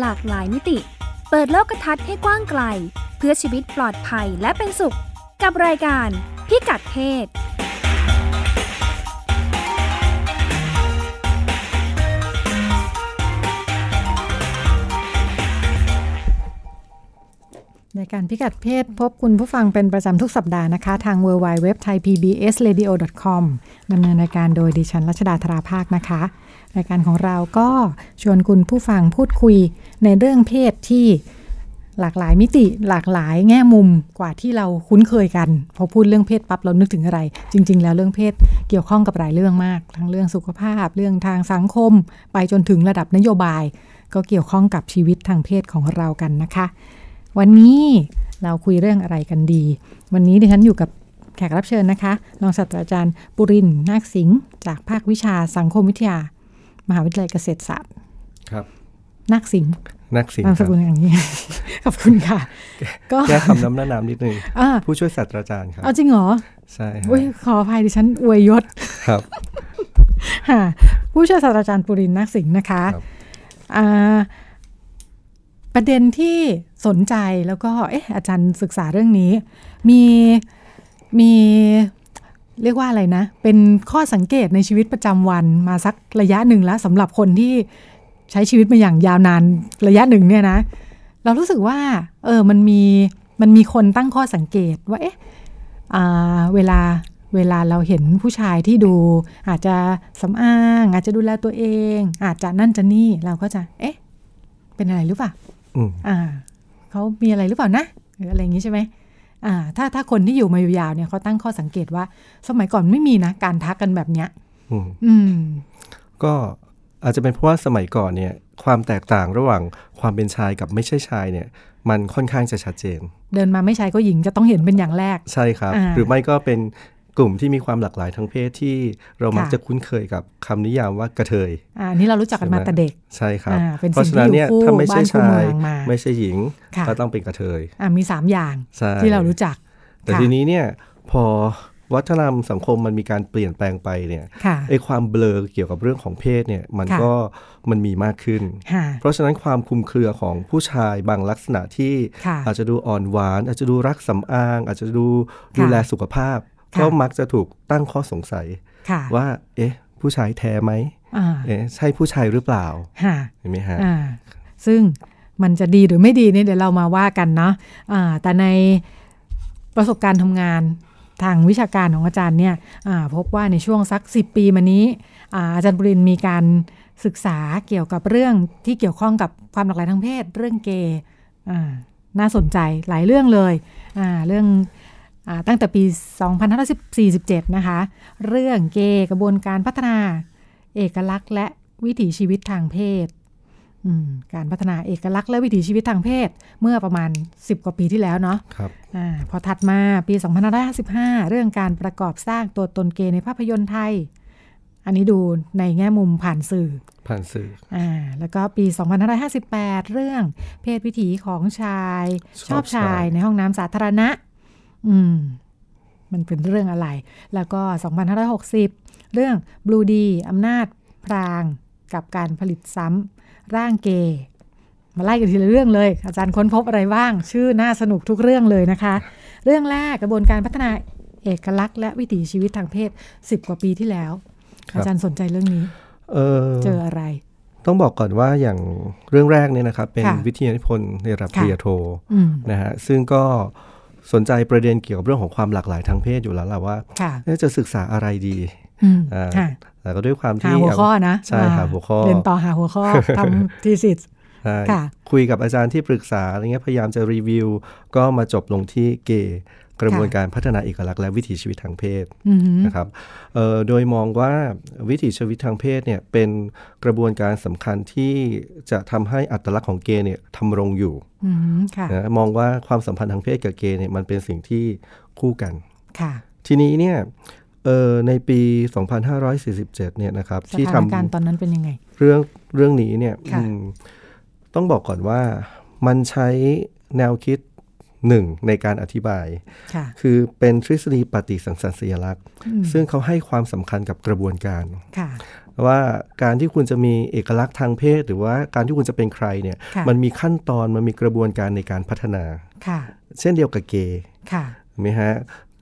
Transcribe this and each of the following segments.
หลากหลายมิติ เปิดโลกทัศน์ให้กว้างไกล เพื่อชีวิตปลอดภัยและเป็นสุข กับรายการพิกัดเพศ ในการพิกัดเพศพบคุณผู้ฟังเป็นประจำทุกสัปดาห์นะคะ ทาง w w w t h a i p b s r a d i o c o m ดำเนินรายการโดยดิฉันรัชดาธราภาคนะคะ รายการของเราก็ชวนคุณผู้ฟังพูดคุยในเรื่องเพศที่หลากหลายมิติ หลากหลายแง่มุมกว่าที่เราคุ้นเคยกัน พอพูดเรื่องเพศปั๊บเรานึกถึงอะไร จริง ๆ แล้วเรื่องเพศเกี่ยวข้องกับหลายเรื่องมาก ทั้งเรื่องสุขภาพ เรื่องทางสังคม ไปจนถึงระดับนโยบาย ก็เกี่ยวข้องกับชีวิตทางเพศของเรากันนะคะ วันนี้เราคุยเรื่องอะไรกันดี วันนี้ดิฉันอยู่กับแขกรับเชิญนะคะ รองศาสตราจารย์ปุรินทร์นาคสิงห์จากภาควิชาสังคมวิทยา มหาวิทยาลัยเกษตรศาสตร์ ครับ นาคสิงห์ นักสิงห์ นาม ค ส รับ กุลอย่างนี้ ขอบคุณค่ะ ก็ แก้คำน้ำหน้านามนิดนึง อ่า ผู้ช่วยศาสตราจารย์ครับ เอาจริงเหรอ ใช่ฮะ อุ้ยขออภัยดิฉันอวยยศ ครับ ค่ะผู้ช่วยศาสตราจารย์ปุรินทร์นักสิงห์นะคะ ครับ อ่าประเด็นที่สนใจแล้วก็เอ๊ะอาจารย์ศึกษาเรื่องนี้ มีมีเรียกว่าอะไรนะ เป็นข้อสังเกตในชีวิตประจำวันมาสักระยะหนึ่งแล้วสำหรับคนที่ใช้ชีวิตมาอย่างยาวนานระยะหนึ่งเนี่ยนะ เรารู้สึกว่า เออมันมีมันมีคนตั้งข้อสังเกตว่าเอ๊ะ อ่าเวลาเวลาเราเห็นผู้ชายที่ดู อาจจะสำอาง อาจจะดูแลตัวเอง อาจจะนั่นจะนี่เราก็จะ เอ๊ะ เป็นอะไรหรือเปล่า อืม อ่าเขามีอะไรหรือเปล่านะหรืออะไรอย่างนี้ใช่ไหมอ่า ถ้าถ้าคนที่อยู่มายาวๆเนี่ยเขาตั้งข้อสังเกตว่า สมัยก่อนไม่มีนะ การทักกันแบบเนี้ย อืม อืม ก็อาจจะเป็นเพราะว่าสมัยก่อนเนี่ย ความแตกต่างระหว่างความเป็นชายกับไม่ใช่ชายเนี่ย มันค่อนข้างจะชัดเจน เดินมาไม่ใช่ก็หญิงจะต้องเห็นเป็นอย่างแรก ใช่ครับ อ่า หรือไม่ก็เป็นกลุ่มที่มีความหลากหลายทางเพศที่เรามัก ค่ะ จะคุ้นเคยกับคำนิยามว่ากระเทย อ่าอันนี่เรารู้จักกันมา ใช่ไหม แต่เด็ก ใช่ครับ อ่าเป็น เพราะฉะนั้นเนี่ย สิ่งที่อยู่คู่ ถ้าไม่ใช่ บ้านคู่ ชาย เมืองมา ไม่ใช่หญิง ค่ะ ก็ต้องเป็นกระเทย อ่ามีสามอย่าง ใช่ ที่เรารู้จัก แต่ ค่ะ ทีนี้เนี่ยพอวัฒนธรรมสังคมมันมีการเปลี่ยนแปลงไปเนี่ย ค่ะ ไอ้ความเบลอเกี่ยวกับเรื่องของเพศเนี่ยมัน ค่ะ ก็มันมีมากขึ้น ค่ะ เพราะฉะนั้นความคลุมเครือของผู้ชายบางลักษณะที่ ค่ะ อาจจะดูอ่อนหวาน อาจจะดูรักสำอาง อาจจะดู ะ ดูแลสุขภาพ ค่ะ ก็มักจะถูกตั้งข้อสงสัย ค่ะ ว่า เอ๊ะ ผู้ชายแท้ไหม อ่า เอ๊ะใช่ผู้ชายหรือเปล่า ค่ะ เห็นไหมฮะ อ่าซึ่งมันจะดีหรือไม่ดีเนี่ยเดี๋ยวเรามาว่ากันเนาะอ่าแต่ในประสบการณ์ทำงานทางวิชาการของอาจารย์เนี่ยอ่าพบว่าในช่วงสัก 10 ปีมานี้อาอาจารย์บุรินทร์มีการศึกษาเกี่ยวกับเรื่องที่เกี่ยวข้องกับความหลากหลายทางเพศ เรื่องเกย์อ่าน่าสนใจหลายเรื่องเลยอ่าเรื่องอาตั้งแต่ปี 2547 นะคะ เรื่องเกย์กระบวนการพัฒนา เอกลักษณ์ และวิถีชีวิตทางเพศ อืมการพัฒนาเอกลักษณ์และวิถีชีวิตทางเพศ เมื่อประมาณ 10 กว่าปีที่แล้วเนาะ ครับ อ่าพอถัดมาปี 2555 เรื่องการประกอบสร้างตัวตนเกย์ในภาพยนตร์ไทย อันนี้ดูในแง่มุมผ่านสื่อ ผ่านสื่อ อ่าแล้วก็ปี 2558 เรื่องเพศวิถีของชาย ชอบ ชา ชาย ย ในห้องน้ำสาธารณะ อืม มันเป็นเรื่องอะไร แล้วก็ 2560 เรื่องบลูดีอำนาจพรางกับการผลิตซ้ำร่างเกย์มาไล่กันทีละเรื่องเลย อาจารย์ค้นพบอะไรบ้าง ชื่อน่าสนุกทุกเรื่องเลยนะคะ เรื่องแรกกระบวนการพัฒนาเอกลักษณ์และวิถีชีวิตทางเพศ 10 กว่าปีที่แล้ว ครับ อาจารย์สนใจเรื่องนี้ เออ เจออะไร ต้องบอกก่อนว่าอย่างเรื่องแรกเนี่ยนะครับ เป็น ค่ะ วิทยานิพนธ์ในระดับ ค่ะ ปริญญาโท อืม นะฮะซึ่งก็สนใจประเด็นเกี่ยวกับเรื่องของความหลากหลายทางเพศอยู่แล้วล่ะว่า ค่ะ เอ๊ะจะศึกษาอะไรดี อืม อ่า ค่ะ แต่ก็ด้วยความ หา ที่ หัวข้อ เอา นะ ใช่หาหัวข้อ เรียนต่อหาหัว ข้อทำทีสิทธ์ ใช่ ค่ะ คุยกับอาจารย์ที่ปรึกษาอะไรเงี้ยพยายามจะรีวิว ก็มาจบลงที่เกย์กระบวน ค่ะ การพัฒนาเอกลักษณ์และวิถีชีวิตทางเพศ อือหือ นะครับเอ่อโดยมองว่าวิถีชีวิตทางเพศเนี่ยเป็นกระบวนการสำคัญที่จะทำให้อัตลักษณ์ของเกย์เนี่ยทำรงอยู่ อืมค่ะ นะมองว่าความสัมพันธ์ทางเพศกับเกย์เนี่ยมันเป็นสิ่งที่คู่กัน ค่ะ ทีนี้เนี่ยเออในปี 2547 เนี่ยนะครับ ส ที่ ถา ท นการณ์ตอนนั้นเป็นยังไง ำเรื่องเรื่องนี้เนี่ย ค่ะ อืมต้องบอกก่อนว่ามันใช้แนวคิด หนึ่งในการอธิบาย ค่ะ คือเป็นทฤษฎีปฏิสังสรรค์สัญลักษณ์ อืม ซึ่งเขาให้ความสำคัญกับกระบวนการ ค่ะ ว่าการที่คุณจะมีเอกลักษณ์ทางเพศ หรือว่าการที่คุณจะเป็นใครเนี่ย ค่ะ มันมีขั้นตอนมันมีกระบวนการในการพัฒนา ค่ะ เช่นเดียวกับเกย์ ค่ะ เห็นไหมฮะ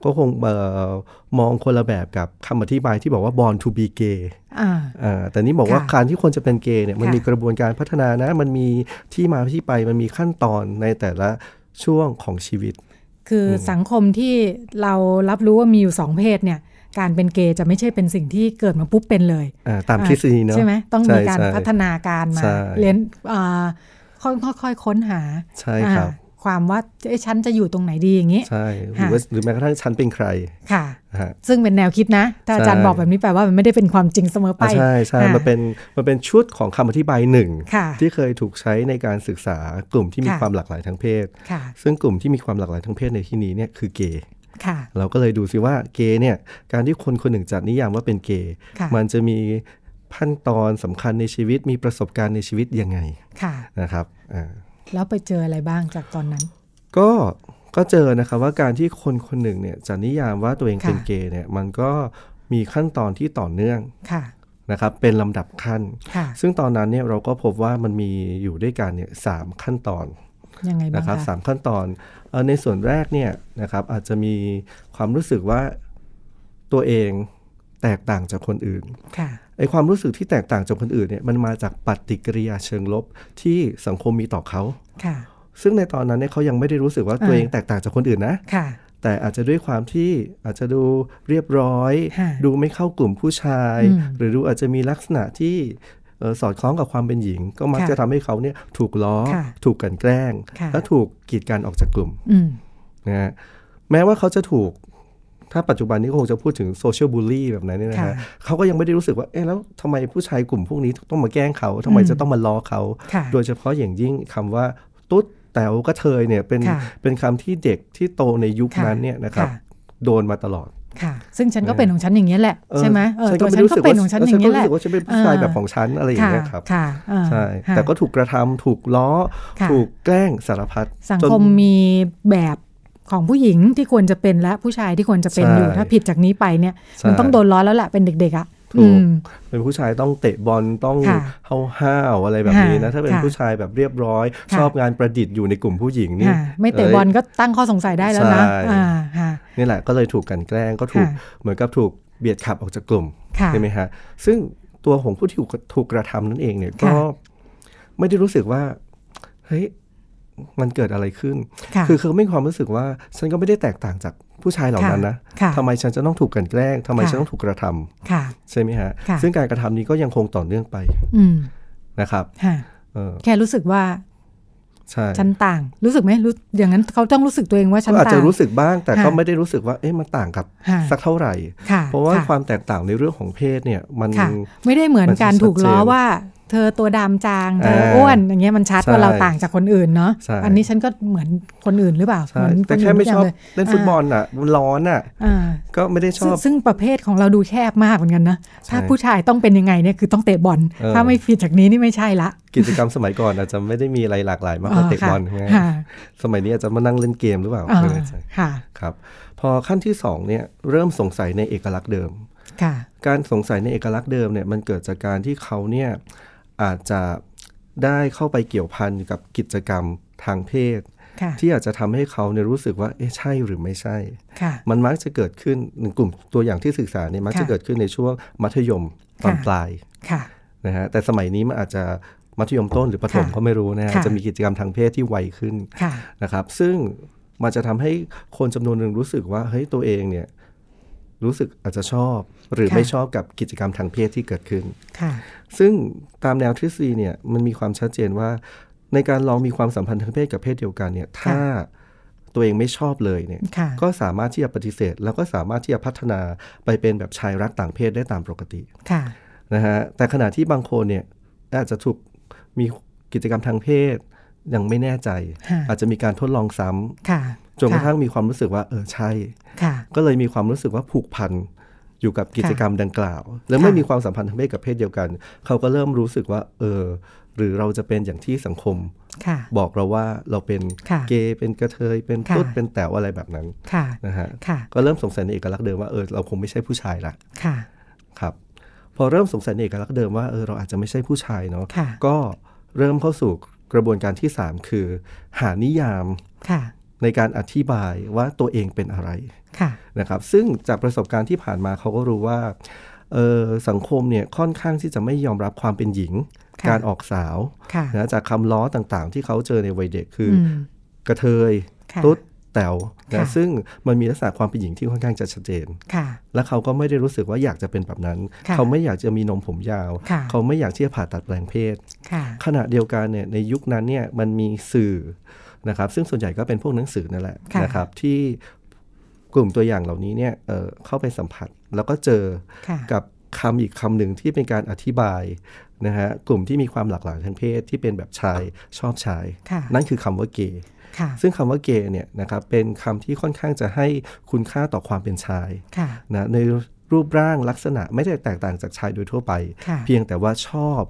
ก็คงเอ่อมองคนละแบบกับคำอธิบายที่บอกว่า born to be gay อ่า อ่าแต่นี่บอกว่า ค่ะ การที่คนจะเป็นเกย์เนี่ยมัน ค่ะ มีกระบวนการพัฒนานะ มันมีที่มาที่ไปมันมีขั้นตอนในแต่ละช่วงของชีวิต คืออสังคมที่เรารับรู้ว่ามีอยู่สองเพศเนี่ย การเป็นเกย์จะไม่ใช่เป็นสิ่งที่เกิดมาปุ๊บเป็นเลย อ่าตาม อ่า ทฤษฎีเนาะ ใช่ไหมต้องมีการ ใช่ พัฒนาการมา ใช่ เรียนอ่าค่อยค่อยๆค้นหา ใช่ครับ อ่าความว่าเอ้ฉันจะอยู่ตรงไหนดีอย่างนี้ ใช่หรือว่าหรือแม้กระทั่งฉันเป็นใคร ค่ะ นะฮะ ซึ่งเป็นแนวคิดนะ ถ้าอาจารย์ ใช่ บอกแบบนี้แปลว่ามันไม่ได้เป็นความจริงเสมอไป อ่าใช่ใช่ อ่า มันเป็นมันเป็นชุดของคำอธิบายหนึ่ง ค่ะ ที่เคยถูกใช้ในการศึกษากลุ่มที่มี ค่ะ ความหลากหลายทางเพศ ค่ะ ซึ่งกลุ่มที่มีความหลากหลายทางเพศในที่นี้เนี่ยคือเกย์ ค่ะ เราก็เลยดูซิว่าเกย์เนี่ยการที่คนคนหนึ่งจัดนิยามว่าเป็นเกย์ ค่ะ มันจะมีขั้นตอนสำคัญในชีวิตมีประสบการณ์ในชีวิตยังไง ค่ะ นะครับอ่า แล้วไปเจออะไรบ้างจากตอนนั้น ก็ก็เจอนะครับว่าการที่คนคนหนึ่งเนี่ยจัดนิยามว่าตัวเองเป็น ค่ะ เกย์เนี่ยมันก็มีขั้นตอนที่ต่อเนื่อง ค่ะ นะครับเป็นลำดับขั้น ค่ะ ซึ่งตอนนั้นเนี่ยเราก็พบว่ามันมีอยู่ด้วยกันเนี่ยสามขั้นตอน ยังไงบ้า นะ ง ครับ คะ สามขั้นตอนเอ่อในส่วนแรกเนี่ยนะครับอาจจะมีความรู้สึกว่าตัวเองแตกต่างจากคนอื่น ค่ะ ไอความรู้สึกที่แตกต่างจากคนอื่นเนี่ยมันมาจากปฏิกิริยาเชิงลบที่สังคมมีต่อเขา ค่ะ ซึ่งในตอนนั้นเนี่ยเขายังไม่ได้รู้สึกว่าตัว อ่า เองแตกต่างจากคนอื่นนะ ค่ะ แต่อาจจะด้วยความที่อาจจะดูเรียบร้อย ฮะ ดูไม่เข้ากลุ่มผู้ชาย อืม หรือดูอาจจะมีลักษณะที่เอ่อสอดคล้องกับความเป็นหญิง ก็มัก ค่ะ จะทำให้เขาเนี่ยถูกล้อ ค่ะ ถูกกลันแกล้ง ค่ะ และถูกกีดกันออกจากกลุ่ม อืม นะฮะแม้ว่าเขาจะถูก ถ้าปัจจุบันนี้ก็คงจะพูดถึงโซเชียลบูลลี่แบบนั้นเนี่ยนะ ค่ะ ฮะเขาก็ยังไม่ได้รู้สึกว่าเอ๊ะแล้วทำไมผู้ชายกลุ่มพวกนี้ต้องมาแกล้งเขาทำไม อืม จะต้องมาล้อเขา ค่ะ โดยเฉพาะอย่างยิ่งคำว่าตุ๊ดแต๋วกระเทยเนี่ยเป็น ค่ะ เป็นคำที่เด็กที่โตในยุค ค่ะ นั้นเนี่ยนะครับ ค่ะ โดนมาตลอด ค่ะ ซึ่งฉันก็เป็นของฉันอย่างนี้ยแหละ เออ ใช่ไหมเออตัวฉัน ไม่รู้ ก็ สึ เป็น ว่ ของฉันอย่าง ก็ นี้ยแหละรู้สึกว่าฉันเป็นผู้ชาย เออ แบบของฉันอะไรอย่างเงี้ยครับ ค่ะอ่า ใช่ ค่ะ แต่ก็ถูกกระทำถูกล้อ ค่ะ ถูกแกล้งสารพัด สัง จน คมมีแบบของผู้หญิงที่ควรจะเป็นและผู้ชายที่ควรจะเป็น ใช่ อยู่ถ้าผิดจากนี้ไปเนี่ย ใช่ มันต้องโดนล้อแล้วแหละเป็นเด็กๆอ่ะ ถูก อืม เป็นผู้ชายต้องเตะบอลต้อง ค่ะ เฮาห้าวๆอะไรแบบนี้นะ ค่ะ ถ้าเป็นผู้ชายแบบเรียบร้อย ค่ะ ชอบงานประดิษฐ์อยู่ในกลุ่มผู้หญิงนี่ ค่ะไม่เตะบอลก็ตั้งข้อสงสัยได้แล้วนะ ใช่ อ่าค่ะ นี่แหละก็เลยถูกกลันแกล้งก็ถูก ค่ะ เหมือนกับถูกเบียดขับออกจากกลุ่ม ค่ะ ใช่ไหมฮะ ซึ่งตัวของผู้ที่ถูกถูกกระทำนั่นเองเนี่ยก็ ค่ะ ไม่ได้รู้สึกว่า เฮ้ย มันเกิดอะไรขึ้น ค่ะ คือคือไม่มีความรู้สึกว่า ฉันก็ไม่ได้แตกต่างจากผู้ชายเหล่านั้นนะ ค่ะ ทำไมฉันจะต้องถูกกลันแกล้งทำไม ค่ะ ฉันต้องถูกกระทำ ค่ะ ใช่ไหมฮะ ค่ะ ซึ่งการกระทำนี้ก็ยังคงต่อเนื่องไป อืม นะครับ ค่ะ เออ แค่รู้สึกว่า ใช่ ฉันต่าง รู้สึกไหมรู้อย่างนั้นเขาต้องรู้สึกตัวเองว่าฉัน ก็อาจ ต่า จะ ง รู้สึกบ้างแต่ก็ ค่ะ ไม่ได้รู้สึกว่า เอ๊ะมันต่างกับ ค่ะ สักเท่าไหร่ ค่ะ เพราะว่า ค่ ความแตกต่างในเรื่องของเพศเนี่ย มัน ค่ะ ไม่ได้เหมือน มัน การถูกล้อ ชัดเจน ว่า เธอตัวดำจางเธออา อ้วนอย่างเงี้ยมันชัดว่า ใช่ เราต่างจากคนอื่นเนาะ ใช่ อันนี้ฉันก็เหมือนคนอื่นหรือเปล่า ใช่ เหมือน แต่แค่ไม่ชอบ คนนทุกย่างเลย เล่นฟุตบอลอ่ะมันร้อนอ่ะ อ่า ก็ไม่ได้ช ซึ่ง อบ ซึ่งประเภทของเราดูแคบมากเหมือนกันนะถ้าผู้ชายต้องเป็นยังไงเนี่ยคือต้องเตะบอล เออ ถ้าไม่ฟิตจากนี้นี่ไม่ใช่ละ กิจกรรมสมัยก่อนอาจจะไม่ได้มีอะไรหลากหลายมากกว่าเตะบอลใช่ไหม ค่ะ สมัยนี้อาจจะมานั่งเล่นเกมหรือเปล่า อ่า ไม่แน่ใจ ค่ะ ครับ พอขั้นที่สองเนี่ยเริ่มสงสัยในเอกลักษณ์เดิม ค่ะ การสงสัยในเอกลักษณ์เดิมเนี่ยมันเกิดจากการที่เขาเนี่ยอาจจะได้เข้าไปเกี่ยวพันกับกิจกรรมทางเพศ ค่ะ ที่อาจจะทำให้เขาเนี่ยรู้สึกว่าเอ๊ะใช่หรือไม่ใช่ ค่ะ มันมักจะเกิดขึ้นในกลุ่มตัวอย่างที่ศึกษาเนี่ยมักจะ ค่ะ เกิดขึ้นในช่วงมัธยมตอน ค่ะ ปลาย ค่ะ นะฮะแต่สมัยนี้มันอาจจะมัธยมต้นหรือประถม ค่ะ ก็ไม่รู้นะฮะ ค่ะ จะมีกิจกรรมทางเพศที่ไวขึ้น ค่ะ นะครับ ซึ่งมันจะทำให้คนจำนวนหนึ่งรู้สึกว่าเฮ้ยตัวเองเนี่ยรู้สึกอาจจะชอบ หรือ ค่ะ ไม่ชอบกับกิจกรรมทางเพศที่เกิดขึ้น ค่ะ ซึ่งตามแนวทฤษฎีเนี่ยมันมีความชัดเจนว่า ในการลองมีความสัมพันธ์ทางเพศกับเพศเดียวกันเนี่ยถ้าตัวเองไม่ชอบเลยเนี่ย ค่ะ ก็สามารถที่จะปฏิเสธ แล้วก็สามารถที่จะพัฒนาไปเป็นแบบชายรักต่างเพศได้ตามปกติ ค่ะ นะฮะแต่ขณะที่บางคนเนี่ยอาจจะถูกมีกิจกรรมทางเพศยังไม่แน่ใจ ฮะ อาจจะมีการทดลองซ้ำ ค่ะ จนกระทั่งมีความรู้สึกว่าเออใช่ ค่ะ ก็เลยมีความรู้สึกว่าผูกพันอยู่กับกิจกรรมดังกล่าว และเมื่อมีความสัมพันธ์ทางเพศกับเพศเดียวกัน เขาก็เริ่มรู้สึกว่าเออ หรือเราจะเป็นอย่างที่สังคม ค่ะ บอกเราว่าเราเป็น ค่ะ เกย์เป็นกระเทยเป็น ค่ะ ตุ๊ดเป็นแต๋วอะไรแบบนั้น ค่ะ นะฮะ ค่ะ ก็เริ่มสงสัยในเอกลักษณ์เดิมว่าเออเราคงไม่ใช่ผู้ชายละ ค่ะ ครับพอเริ่มสงสัยในเอกลักษณ์เดิมว่าเออเราอาจจะไม่ใช่ผู้ชายเนาะ ค่ะ ก็เริ่มเข้าสู่กระบวนการที่ 3 คือ หานิยาม ค่ะ ในการอธิบายว่าตัวเองเป็นอะไร ค่ะ นะครับซึ่งจากประสบการณ์ที่ผ่านมาเขาก็รู้ว่าเอ่อสังคมเนี่ยค่อนข้างที่จะไม่ยอมรับความเป็นหญิง ค่ะ การออกสาว ค่ะ นะจากคำล้อต่างๆ ที่เขาเจอในวัยเด็กคือ อื อ ม กระเทย ค่ะ ตุ๊ดแต๋ว ค่ะ นะซึ่งมันมีลักษณะความเป็นหญิงที่ค่อนข้างจะชัดเจน ค่ะ และเขาก็ไม่ได้รู้สึกว่าอยากจะเป็นแบบนั้น ค่ะ เขาไม่อยากจะมีนมผมยาว ค่ะ เขาไม่อยากที่จะผ่าตัดแปลงเพศ ค่ะ ขณะเดียวกันเนี่ยในยุคนั้นเนี่ยมันมีสื่อนะครับซึ่งส่วนใหญ่ก็เป็นพวกหนังสือนั่นแหละ ค่ะ นะครับที่กลุ่มตัวอย่างเหล่านี้เนี่ยเอ่อเข้าไปสัมผัส แล้วก็เจอ ค่ะ กับคำอีกคำหนึ่งที่เป็นการอธิบายนะฮะกลุ่มที่มีความหลากหลายทางเพศที่เป็นแบบชายชอบชาย ค่ะ นั่นคือคำว่าเกย์ ค่ะ ซึ่งคำว่าเกย์เนี่ยนะครับเป็นคำที่ค่อนข้างจะให้คุณค่าต่อความเป็นชาย ค่ะ นะในรูปร่างลักษณะไม่ได้แตกต่างจากชายโดยทั่วไป ค่ะ เพียงแต่ว่าชอบ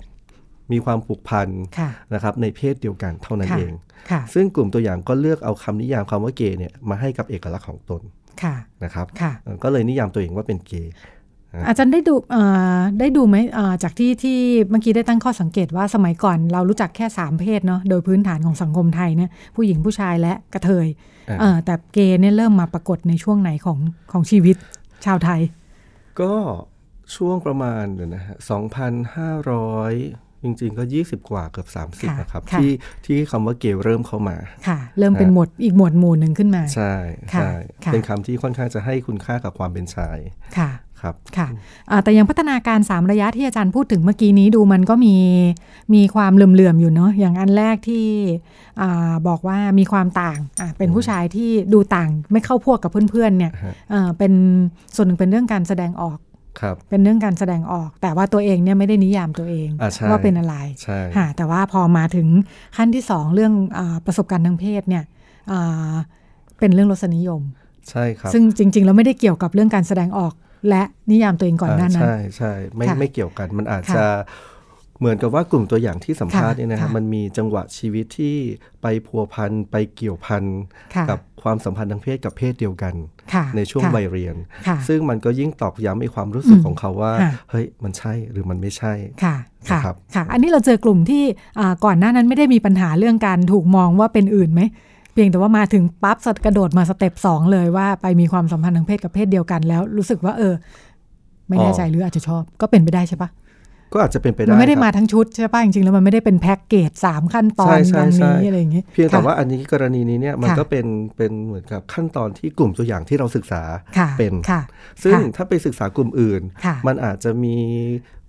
มีความผูกพัน ค่ะ นะครับในเพศเดียวกันเท่านั้น ค่ะ เอง ค่ะ ซึ่งกลุ่มตัวอย่างก็เลือกเอาคำนิยามคำว่าเกย์เนี่ยมาให้กับเอกลักษณ์ของตน ค่ะ นะครับ ค่ะ เอ่อก็เลยนิยามตัวเองว่าเป็นเกย์ อาจารย์ได้ดูเอ่อได้ดูไหมเอ่อจากที่ที่เมื่อกี้ได้ตั้งข้อสังเกตว่าสมัยก่อนเรารู้จักแค่ 3 เพศเนาะโดยพื้นฐานของสังคมไทยเนี่ยผู้หญิงผู้ชายและกระเทย อ่า เอ่อแต่เกย์เนี่ยเริ่มมาปรากฏในช่วงไหนของของชีวิตชาวไทย ก็ช่วงประมาณเดี๋ยวนะฮะ2,500 จริงๆ ก็ 20 กว่าเกือบ ค่ะ 30นะครับ ค่ะ ที่ที่คำว่าเกย์เริ่มเข้ามา ค่ะ เริ่มเป็นหมวดอีกหมวดหมู่หนึ่งขึ้นมา ใช่ ค่ะ ใช่ ค่ะ เป็นคำที่ค่อนข้างจะให้คุณค่ากับความเป็นชาย ค่ะ ครับ ค่ะอ่าแต่ยังพัฒนาการ 3 ระยะที่อาจารย์พูดถึงเมื่อกี้นี้ดูมันก็มีมีความเหลื่อมๆอยู่เนาะอย่างอันแรกที่อ่าบอกว่ามีความต่างอ่ะเป็นผู้ชายที่ดูต่างไม่เข้าพวกกับเพื่อนๆเนี่ย ฮะ อ่าเป็นส่วนหนึ่งเป็นเรื่องการแสดงออก ครับ เป็นเรื่องการแสดงออก แต่ว่าตัวเองเนี่ยไม่ได้นิยามตัวเอง อ่าใช่ ว่าเป็นอะไร ใช่ ค่ะแต่ว่าพอมาถึงขั้นที่ 2 เรื่องอาประสบการณ์ทางเพศเนี่ยอ่าเป็นเรื่องรสนิยม ใช่ครับ ซึ่งจริงๆแล้วไม่ได้เกี่ยวกับเรื่องการแสดงออก และนิยามตัวเองก่อนหน้า า นั้น ใช่ใช่ไม่ ค่ะ ไม่เกี่ยวกันมันอาจ ค่ะ จะเหมือนกับว่ากลุ่มตัวอย่างที่สัมภาษณ์ ค่ะ เนี่ยนะครับ ค่ะ มันมีจังหวะชีวิตที่ไปพัวพันไปเกี่ยวพัน ค่ะ กับความสัมพันธ์ทางเพศกับเพศเดียวกัน ค่ะ ในช่วง ค่ะ วัยเรียน ค่ะ ซึ่งมันก็ยิ่งตอกย้ำในความรู้สึก อืม ของเขาว่า ค่ะ เฮ้ยมันใช่หรือมันไม่ใช่ ค่ะค่ะ นะครับ ค่ะ อันนี้เราเจอกลุ่มที่อ่าก่อนหน้านั้นไม่ได้มีปัญหาเรื่องการถูกมองว่าเป็นอื่นไหม เพียงแต่ว่ามาถึงปั๊บสตกระโดดมาสเต็ปสองเลยว่าไปมีความสัมพันธ์ทางเพศกับเพศเดียวกันแล้ว รู้สึกว่าเออ ไม่แน่ใจหรืออาจจะชอบก็เป็นไปได้ใช่ปะ ก็อาจจะเป็นไป มั ได้ นไม่ได้ ครับ มาทั้งชุดใช่ปะจริงๆแล้วมันไม่ได้เป็นแพ็กเกจสามขั้นตอน ใช่ใช่ ดัง ใช่ นี้อะไรอย่างเงี้ย เพียงแต่ว่าอันนี้กรณีนี้เนี่ยมัน ค่ะ ก็เป็นเป็นเหมือนกับขั้นตอนที่กลุ่มตัวอย่างที่เราศึกษา ค่ะ เป็น ค่ะ ซึ่ง ค่ะ ถ้าไปศึกษากลุ่มอื่น ค่ะ มันอาจจะมี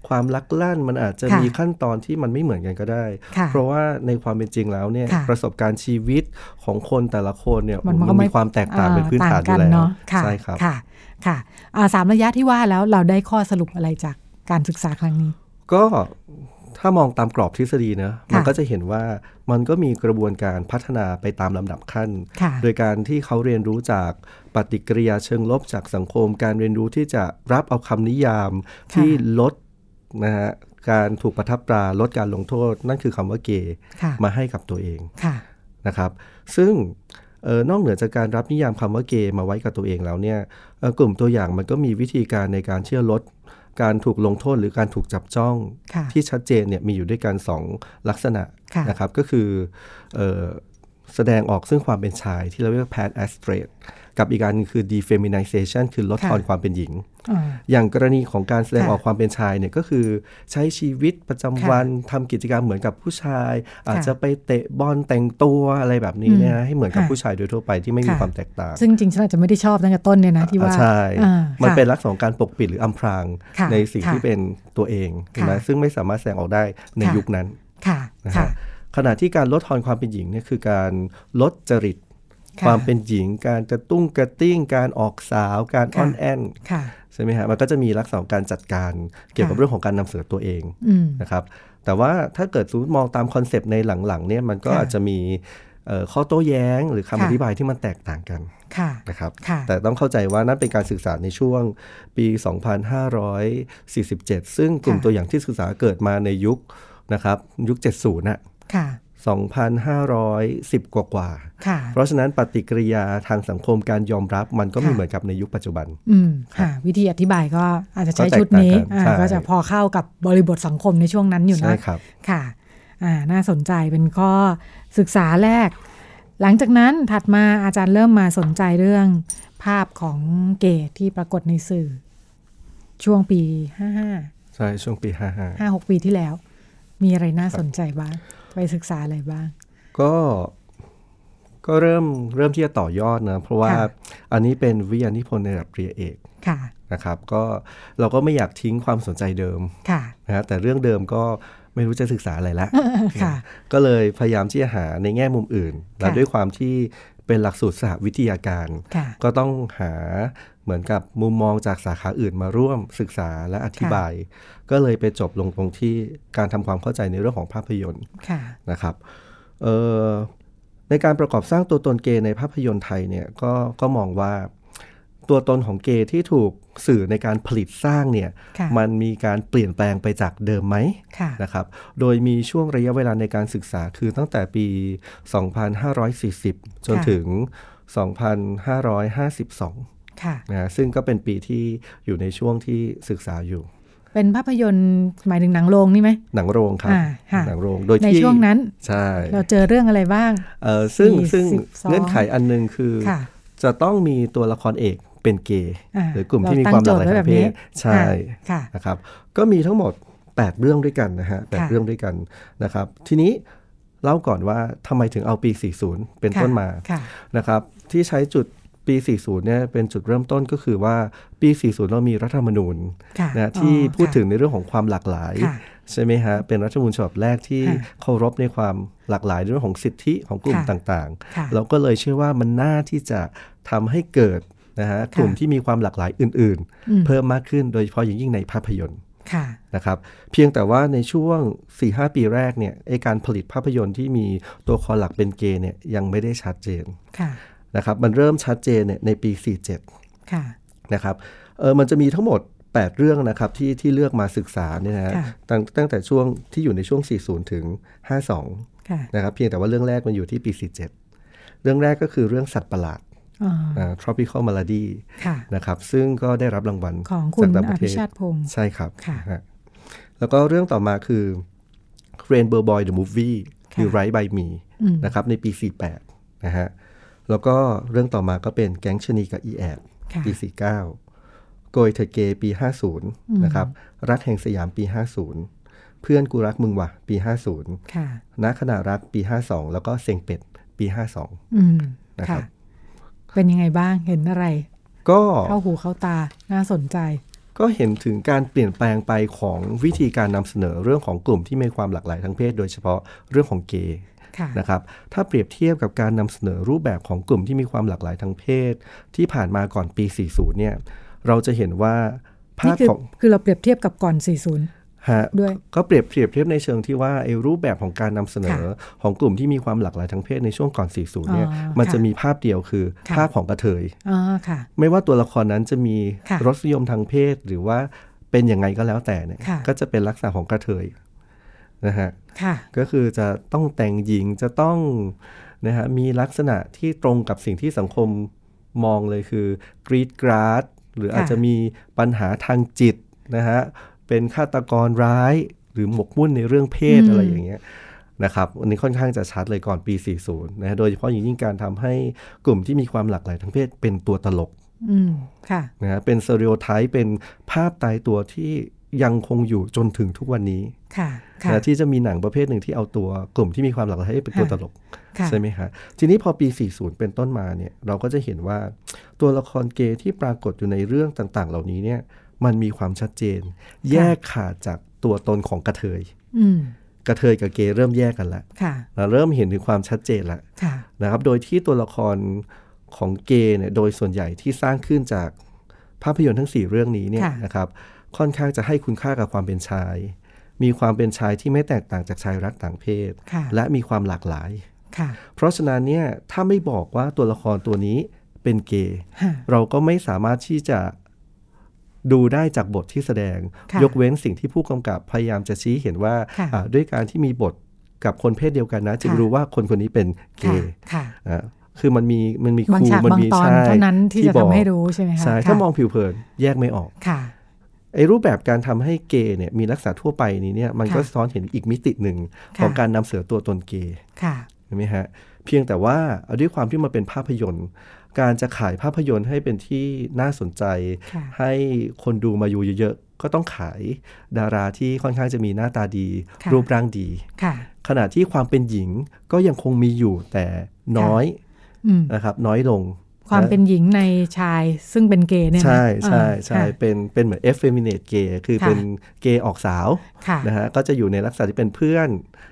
ความลักลั่น มันอาจจะ ค่ะ มีขั้นตอนที่มันไม่เหมือนกันก็ได้ ค่ะ เพราะว่าในความเป็นจริงแล้วเนี่ย ค่ะ ประสบการณ์ชีวิตของคนแต่ละคนเนี่ย มันก็ มัน ไม่ มีความแตกต่างเป็นพื้นฐานอ กั ยู่แล้ว เนาะค่ะ ใช่ครับ ค่ะค่ะอ่าสามระยะที่ว่าแล้วเราได้ข้อสรุปอะไรจากการศึกษาครั้งนี้ ก็ถ้ามองตามกรอบทฤษฎีนะ ค่ะ มันก็จะเห็นว่ามันก็มีกระบวนการพัฒนาไปตามลำดับขั้น ค่ะ โดยการที่เขาเรียนรู้จากปฏิกิริยาเชิงลบจากสังคม การเรียนรู้ที่จะรับเอาคำนิยาม ค่ะ ที่ลดนะฮะการถูกประทับตราลดการลงโทษ นั่นคือคำว่าเกย์ ค่ะ มาให้กับตัวเอง ค่ะ นะครับซึ่งเอ่อนอกเหนือจากการรับนิยามคำว่าเกย์มาไว้กับตัวเองแล้วเนี่ยเอ่อกลุ่มตัวอย่างมันก็มีวิธีการในการเชื่อลด การถูกลงโทษหรือการถูกจับจ้อง ค่ะ ที่ชัดเจนเนี่ยมีอยู่ด้วยกันสองลักษณะ ค่ะ นะครับก็คือเอ่อแสดงออกซึ่งความเป็นชายที่เราเรียก pan a s t r a t กับอีกอันคือ defeminization คือลด ค่ะ ทอนความเป็นหญิง อ่า อย่างกรณีของการแสดง ค่ะ ออกความเป็นชายเนี่ยก็คือใช้ชีวิตประจำวันทำกิจกรรมเหมือนกับผู้ชาย อาจจะไปเตะบอลแต่งตัวอะไรแบบนี้เนยนะให้เหมือนกับ ค่ะ ผู้ชายโดยทั่วไปที่ไม่มี ค่ะ ความแตกต่าง ซึ่งจริงฉันอาจจะไม่ได้ชอบตั้งแต่ต้นเนี่ยนะที่ว่า อ่ะใช่ อ่า มัน ค่ะ เป็นลักษณะของการปกปิดหรืออำพราง ค่ะ ในสิ่ง ค่ะ ที่เป็นตัวเอง ค่ะ นะซึ่งไม่สามารถแสดงออกได้ในยุคนั้น ค่ะ นะ ค่ะ ฮะขณะที่การลดทอนความเป็นหญิงเนี่ยคือการลดจริต ะ ความเป็นหญิง การกระตุ้งกระติ้ง การออกสาวการ ค่ะ อ้อนแอน ค่ะ ใช่ไหมฮะมันก็จะมีลักษณะของการจัดการเกี่ยวกับเรื่องของการนำเสนอตัวเอง อืม นะครับแต่ว่าถ้าเกิดสมมติมองตามคอนเซปต์ในหลังๆเนี่ยมันก็ ค่ะ อาจจะมีเอ่อข้อโต้แย้ง หรือคำ ค่ะ อธิบายที่มันแตกต่างกัน ค่ะ นะครับ ค่ะ แต่ต้องเข้าใจว่านั่นเป็นการศึกษาในช่วงปี 2547 ซึ่งกลุ่ม ค่ะ ตัวอย่างที่ศึกษาเกิดมาในยุค นะครับยุค 70น่ะ ค่ะ 2,510 กว่ากว่า ค่ะ ๆเพราะฉะนั้นปฏิกิริยาทางสังคมการยอมรับมันก็ไม่ ค่ะ เหมือนกับในยุคปัจจุบัน อืมค่ะ วิธีอธิบายก็อาจจะใช้ชุดนี้ ก็แตกต่างกัน อ่า ใช่ ก็จะพอเข้ากับบริบทสังคมในช่วงนั้นอยู่ ใช่ นะ ครับ ค่ะอ่าน่าสนใจเป็นข้อศึกษาแรก หลังจากนั้นถัดมาอาจารย์เริ่มมาสนใจเรื่องภาพของเกย์ที่ปรากฏในสื่อ ช่วงปี 55 ใช่ช่วงปี 56 ปีที่แล้ว มีอะไรน่าสนใจบ้าง ไปศึกษาอะไรบ้าง 55 ก็ก็เริ่มเริ่มที่จะต่อยอดนะ เพราะว่า ค่ะ อันนี้เป็นวิทยานิพนธ์ในระดับปริญญาเอก ค่ะ นะครับ ก็เราก็ไม่อยากทิ้งความสนใจเดิม ค่ะ นะฮะแต่เรื่องเดิมก็ไม่รู้จะศึกษาอะไรละ ค่ะ ก็เลยพยายามที่จะหาในแง่มุมอื่น และด้วยความที่เป็นหลักสูตรสหวิทยาการ ค่ะ ก็ต้องหาเหมือนกับมุมมองจากสาขาอื่นมาร่วมศึกษาและอธิบาย ก็เลยไปจบลงตรงที่การทำความเข้าใจในเรื่องของภาพยนตร์ ค่ะ นะครับเอ่อในการประกอบสร้างตัวตนเกย์ในภาพยนตร์ไทยเนี่ยก็ก็มองว่าตัวตนของเกย์ที่ถูกสื่อในการผลิตสร้างเนี่ย ค่ะ มันมีการเปลี่ยนแปลงไปจากเดิมไหม ค่ะ นะครับ โดยมีช่วงระยะเวลาในการศึกษาคือตั้งแต่ปี 2540 จน ค่ะ ถึง 2552 ค่ะ นะฮะซึ่งก็เป็นปีที่อยู่ในช่วงที่ศึกษาอยู่ เป็นภาพยนตร์หมายถึงหนังโรงนี่ไหม หนังโรงครับ อ่าค่ะ หนังโรง โดย ใน ที่ ช่วงนั้น ใช่ เราเจอเรื่องอะไรบ้าง เอ่อซึ่ง สี่ ซึ่ง สิบสอง เงื่อนไขอันหนึงคือ ค่ะ จะต้องมีตัวละครเอกเป็นเกย์ อ่า หรือกลุ่มที่มีความหลากหลายทางเพศ เราตั้งโจทย์ไว้แบบนี้ ใช่ ค่ะ นะครับก็มีทั้งหมด 8 เรื่องด้วยกันนะฮะแปด ค่ะ เรื่องด้วยกันนะครับทีนี้เล่าก่อนว่าทำไมถึงเอาปี 40 เป็น ค่ะ ต้นมา ค่ะ นะครับที่ใช้จุดปี 40เนี่ยเป็นจุดเริ่มต้นก็คือว่าปี 40 เรามีรัฐธรรมนูญ ค่ะ นะที่ อ๋อ พูด ค่ะ ถึงในเรื่องของความหลากหลาย ค่ะ ใช่ไหมฮะเป็นรัฐธรรมนูญฉบับแรกที่ ค่ะ เคารพในความหลากหลายเรื่องของสิทธิของกลุ่ม ค่ะ ต่าง ค่ะ ๆ เราก็เลยเชื่อว่ามันน่าที่จะทำให้เกิดนะฮะกลุ่มที่มีความหลากหลายอื่น อืม ๆ เพิ่มมากขึ้นโดยเฉพาะอย่างยิ่งในภาพยนตร์ ค่ะ นะครับเพียงแต่ว่าในช่วง 4-5 ปีแรกเนี่ยไอการผลิตภาพยนตร์ที่มีตัวคอหลักเป็นเกย์เนี่ยยังไม่ได้ชัดเจน ค่ะ นะครับมันเริ่มชัดเจนเนี่ยในปี ค่ะ 47นะครับเออมันจะมีทั้งหมด 8 เรื่องนะครับที่ที่เลือกมาศึกษาเนี่ยนะฮะ ค่ะ ตั้งตั้งแต่ช่วงที่อยู่ในช่วง 40 ถึง 52 ค่ะ นะครับเพียงแต่ว่าเรื่องแรกมันอยู่ที่ปี 47 เรื่องแรกก็คือเรื่องสัตว์ประหลาด อ๋อ อ่า tropical malady ค่ะ นะครับซึ่งก็ได้รับรางวัล ของคุณ จากอต่างประเท ภิ ศ ชาติพงศ์ ใช่ครับ ค่ะ นฮแล้วก็เรื่องต่อมาคือ Rainbow Boy the Movie หรือ Right by Me อืม นะครับในปี 48 นะฮะ แล้วก็เรื่องต่อมาก็เป็นแก๊งชะนีกับอีแอบ ค่ะ ปี 49 โกยเธอเกย์ปี 50 นะครับ รักแห่งสยามปี 50 เพื่อนกูรักมึงว่ะปี 50 ค่ะ นักขณะรักปี 52 แล้วก็เซ็งเป็ดปี 52 อืม นะครั ค่ะ บ เป็นยังไงบ้าง เห็นอะไร ก็ เข้าหูเข้าตา น่าสนใจ ก็เห็นถึงการเปลี่ยนแปลงไปของวิธีการนำเสนอเรื่องของกลุ่มที่มีความหลากหลายทางเพศ โดยเฉพาะเรื่องของเกย์ ค่ะ นะครับถ้าเปรียบเทียบกับการนำเสนอรูปแบบของกลุ่มที่มีความหลากหลายทางเพศ ที่ผ่านมาก่อนปี 40 เนี่ยเราจะเห็นว่าภา นี่ พ คือ ของ คือเราเปรียบเทียบกับก่อน 40 ฮะ ด้วย ก็เปรียบเปรียบเทียบในเชิงที่ว่าไอ้รูปแบบของการนำเสนอของกลุ่มที่มีความหลากหลายทางเพศในช่วงก่อน 40 เนี่ย อ๋อ มัน ค่ะ จะมีภาพเดียวคือ ค่ะ ภาพของกระเทย อ่าค่ะ ไม่ว่าตัวละครนั้นจะมี ค่ะ รสนิยมทางเพศหรือว่าเป็นยังไงก็แล้วแต่เนี่ย ค่ะ ก็จะเป็นลักษณะของกระเทยนะฮะ ค่ะ ก็คือจะต้องแต่งหญิงจะต้องนะฮะมีลักษณะที่ตรงกับสิ่งที่สังคมมองเลยคือกรีดกราดหรืออาจจะมีปัญหาทางจิตนะฮะเป็นฆาตกรร้ายหรือหมกมุ่นในเรื่องเพศ อืม อะไรอย่างเงี้ยนะครับอันนี้ค่อนข้างจะชัดเลยก่อนปี 40นะฮะโดยเฉพาะอย่างยิ่งการทำให้กลุ่มที่มีความหลากหลายทางเพศเป็นตัวตลก อืม ค่ะ นะฮะเป็นสเตอริโอไทป์เป็นภาพตายตัวที่ยังคงอยู่จนถึงทุกวันนี้ ค่ะ ค่ะ นะที่จะมีหนังประเภทหนึ่งที่เอาตัวกลุ่มที่มีความหลากหลายเป็นตัว ค่ะ ตลก ค่ะ ใช่ไหมฮะทีนี้พอปี 40 เป็นต้นมาเนี่ยเราก็จะเห็นว่าตัวละครเกย์ที่ปรากฏอยู่ในเรื่องต่างๆ เหล่านี้เนี่ยมันมีความชัดเจน แยกขาดจากตัวตนของกระเทย อืม กระเทยกับเกย์เริ่มแยกกันละ ค่ะ เราเริ่มเห็นถึงความชัดเจนละ ค่ะ นะครับ โดยที่ตัวละครของเกย์เนี่ย โดยส่วนใหญ่ที่สร้างขึ้นจากภาพยนตร์ทั้ง 4 เรื่องนี้เนี่ย ค่ะ นะครับ ค่อนข้างจะให้คุณค่ากับความเป็นชาย มีความเป็นชายที่ไม่แตกต่างจากชายรักต่างเพศ ค่ะ และมีความหลากหลาย ค่ะ เพราะฉะนั้นเนี่ย ถ้าไม่บอกว่าตัวละครตัวนี้เป็นเกย์ ค่ะ เราก็ไม่สามารถที่จะ ดูได้จากบทที่แสดง ค่ะ ยกเว้นสิ่งที่ผู้กำกับพยายามจะชี้เห็นว่า ค่ะ อ่าด้วยการที่มีบทกับคนเพศเดียวกันนะ จึง ค่ะ รู้ว่าคนคนนี้เป็นเก ค่ะ ย์ ค่ะ อ่าคือมันมีมันมีค บาง รู ฉาก มั บาง มี ตอน ใช่ เท่านั้นที่จะ บอก ทำให้รู้ใช่ไหมคะ ใช่ ค่ะ ถ้ามองผิวเผินแยกไม่ออก ค่ะ ไอ้รูปแบบการทำให้เกย์เนี่ยมีลักษณะทั่วไปนี้เนี่ยมันก็ ค่ะ สะท้อนเห็นอีกมิติหนึ่ง ค่ะ ของการนำเสนอตัวตนเกย์ ค่ะ เห็นไหมฮะเพียงแต่ว่าเอาด้วยความที่มันเป็นภาพยนตร์ การจะขายภาพยนตร์ให้เป็นที่น่าสนใจ ค่ะ ให้คนดูมาอยู่เยอะๆ ก็ต้องขายดาราที่ค่อนข้างจะมีหน้าตาดี ค่ะ รูปร่างดี ค่ะ ขณะที่ความเป็นหญิงก็ยังคงมีอยู่แต่น้อย อืม นะครับน้อยลง ความเป็นหญิงในชายซึ่งเป็นเกย์เนี่ยนะ ใช่ใช่ เออ ใช่ ค่ะ เป็นเป็นเหมือน effeminate gay คือ ค่ะ เป็นเกย์ออกสาว ค่ะ นะฮะก็จะอยู่ในลักษณะที่เป็นเพื่อน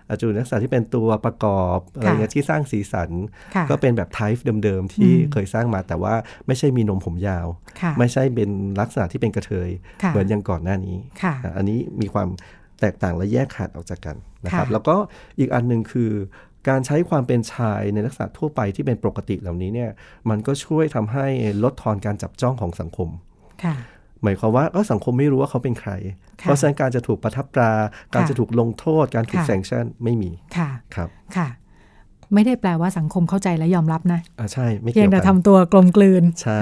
อาจจะอยู่ในลักษณะที่เป็นตัวประกอบอะไรเงี้ยที่สร้างสีสัน ค่ะ ก็เป็นแบบไทป์เดิมๆ ที่ อืม เคยสร้างมาแต่ว่าไม่ใช่มีนมผมยาว ค่ะ ไม่ใช่เป็นลักษณะที่เป็นกระเทย ค่ะ เหมือนอย่างก่อนหน้านี้ ค่ะ อ่ะอันนี้มีความแตกต่างและแยกขาดออกจากกันนะครับ ค่ะ แล้วก็อีกอันหนึ่งคือ การใช้ความเป็นชายในลักษณะทั่วไปที่เป็นปกติเหล่านี้เนี่ยมันก็ช่วยทำให้ลดทอนการจับจ้องของสังคม ค่ะ หมายความว่าก็สังคมไม่รู้ว่าเขาเป็นใคร ค่ะ เพราะฉะนั้นการจะถูกประทับตรา การจะถูกลงโทษ การถูก ค่ะ แซงชั่นไม่มี ค่ะ ครับ ค่ะ ไม่ได้แปลว่าสังคมเข้าใจและยอมรับนะ อ่าใช่ไม่ เพี เกี่ ย ย ง ว แต่ กั ทำตัวกลมกลืน ใช่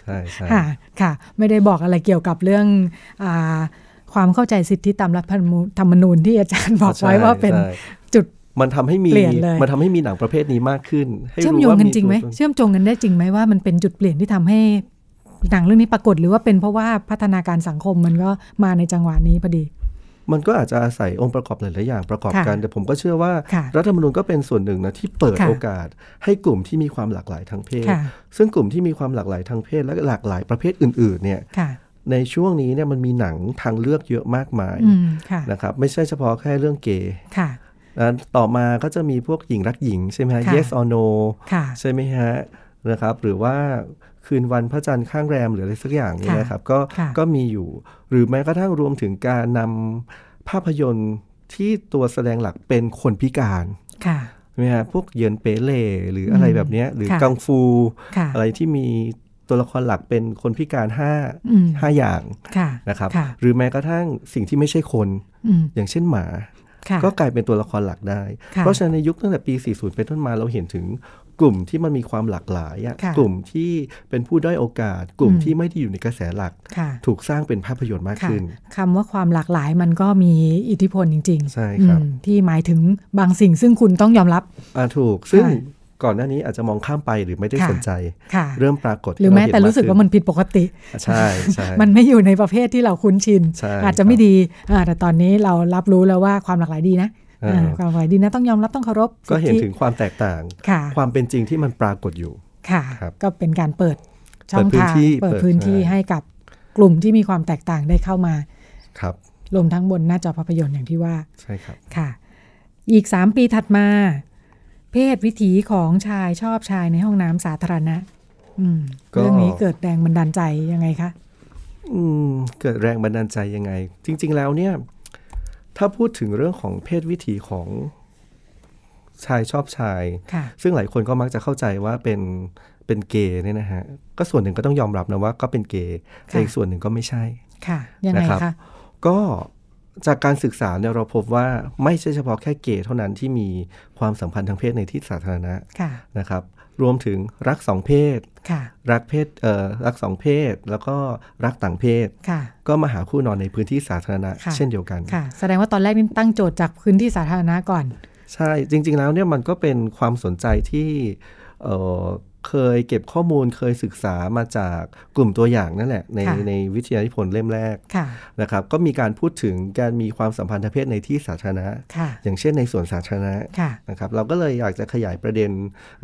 ใช่ใช่ ค่ะ ค่ะ ไม่ได้บอกอะไรเกี่ยวกับเรื่องอาความเข้าใจสิทธิตามรัฐธรรมนูญที่อาจารย์บอกไว้ ใช่ ว่าเป็น ใช่ จุด มันทำให้มี เปลี่ยนเลย มันทำให้มีหนังประเภทนี้มากขึ้น ให้ เชื่อม รู้ โยง ว่า กัน มี จริงไหม ตัวตน เชื่อมโยงกันได้จริงไหมว่ามันเป็นจุดเปลี่ยนที่ทำให้หนังเรื่องนี้ปรากฏหรือว่าเป็นเพราะว่าพัฒนาการสังคมมันก็มาในจังหวะนี้พอดี มันก็อาจจะอาศัยองค์ประกอบหลายๆอย่างประกอบกัน ค่ะ แต่ผมก็เชื่อว่า ค่ะ รัฐธรรมนูญก็เป็นส่วนหนึ่งนะที่เปิด ค่ะ โอกาส ให้กลุ่มที่มีความหลากหลายทางเพศ ค่ะ ซึ่งกลุ่มที่มีความหลากหลายทางเพศและหลากหลายประเภทอื่นๆเนี่ย ค่ะ ในช่วงนี้เนี่ยมันมีหนังทางเลือกเยอะมากมาย อืม ค่ะ นะครับไม่ใช่เฉพาะแค่เรื่องเกย์ ค่ะ นะต่อมาก็จะมีพวกหญิงรักหญิงใช่ไหมฮะ ค่ะ yes or no ค่ะ ใช่ไหมฮะนะครับหรือว่าคืนวันพระจันทร์ข้างแรมหรืออะไรสักอย่างเนี่ย ค่ะ นะครับก็ ค่ะ ก็มีอยู่ หรือแม้กระทั่งรวมถึงการนำภาพยนตร์ที่ตัวแสดงหลักเป็นคนพิการ ค่ะ ใช่ไหมฮะพวกเหยินเปเล่หรืออะไร อืม แบบเนี้ยหรือ ค่ะ กังฟู ค่ะ อะไรที่มีตัวละครหลักเป็นคนพิการห้า อืม ห้าอย่าง ค่ะ นะครับ ค่ะ หรือแม้กระทั่งสิ่งที่ไม่ใช่คน อืม อย่างเช่นหมา ค่ะ ก็กลายเป็นตัวละครหลักได้ ค่ะ เพราะฉะนั้นในยุคตั้งแต่ปี 40 เป็นต้นมาเราเห็นถึงกลุ่มที่มันมีความหลากหลายอะ ค่ะ กลุ่มที่เป็นผู้ด้อยโอกาส กลุ่ม อืม ที่ไม่ได้อยู่ในกระแสหลัก ค่ะ ถูกสร้างเป็นภาพยนตร์มาก ค่ะ ขึ้น คำว่าความหลากหลายมันก็มีอิทธิพลจริงๆ ใช่ครับ อืมที่หมายถึงบางสิ่งซึ่งคุณต้องยอมรับ อ่าถูก ซึ่ง ค่ะ ก่อนหน้านี้อาจจะมองข้ามไปหรือไม่ได้ ค่ะ สนใจ ค่ะ เริ่มปรากฏ หรือแม้แต่ เเห็ รู้สึกว่ามันผิดปกติ ขึ้นใช่ใช่ มันไม่อยู่ในประเภทที่เราคุ้นชิน ใช่ อาจจะไม่ดีอ่าแต่ตอนนี้เรารับรู้แล้วว่าความหลากหลายดีนะ อ่า อ่าความหลากหลายดีนะต้องยอมรับต้องเคารพ ก็เห็น สิทธิ ถึงความแตกต่าง ค่ะ ความเป็นจริงที่มันปรากฏอยู่ ค่ะ ครับ ก็เป็นการเปิดช่อง เปิดพื้น ทาง ที่ เปิด เปิด พื้นที่ ใช่ ให้กับกลุ่มที่มีความแตกต่างได้เข้ามา ครับ รวมทั้งบนหน้าจอภาพยนตร์อย่างที่ว่า ใช่ครับ ค่ะ อีก 3 ปีถัดมา เพศวิถีของชายชอบชายในห้องน้ำสาธารณะ อืม ก็ เรื่องนี้เกิดแรงบันดาลใจยังไงคะ อืมเกิดแรงบันดาลใจยังไง จริง ๆ แล้วเนี่ย ถ้าพูดถึงเรื่องของเพศวิถีของชายชอบชาย ค่ะ ซึ่งหลายคนก็มักจะเข้าใจว่าเป็นเป็นเกย์เนี่ยนะฮะก็ส่วนหนึ่งก็ต้องยอมรับนะว่าก็เป็นเกย์แต่ ค่ะ อีกส่วนหนึ่งก็ไม่ใช่ ค่ะ ยังไง นะครับ คะ ก็จากการศึกษาเนี่ยเราพบว่าไม่ใช่เฉพาะแค่เกย์เท่านั้นที่มีความสัมพันธ์ทางเพศในที่สาธารณะ ค่ะ นะครับ รวมถึงรักสองเพศ ค่ะ รักเพศเอ่อรักสองเพศ แล้วก็รักต่างเพศ ค่ะ ก็มาหาคู่นอนในพื้นที่สาธารณะ ค่ะ เช่นเดียวกัน ค่ะ แสดงว่าตอนแรกนี่ตั้งโจทย์จากพื้นที่สาธารณะก่อน ใช่จริง ๆ แล้วเนี่ยมันก็เป็นความสนใจที่เอ่อเคยเก็บข้อมูลเคยศึกษามาจากกลุ่มตัวอย่างนั่นแหละ ใน ค่ะ ในวิทยานิพนธ์เล่มแรก ค่ะ นะครับก็มีการพูดถึงการมีความสัมพันธ์ทางเพศในที่สาธารณะ ค่ะ อย่างเช่นในสวนสาธารณะ ค่ะ นะครับเราก็เลยอยากจะขยายประเด็น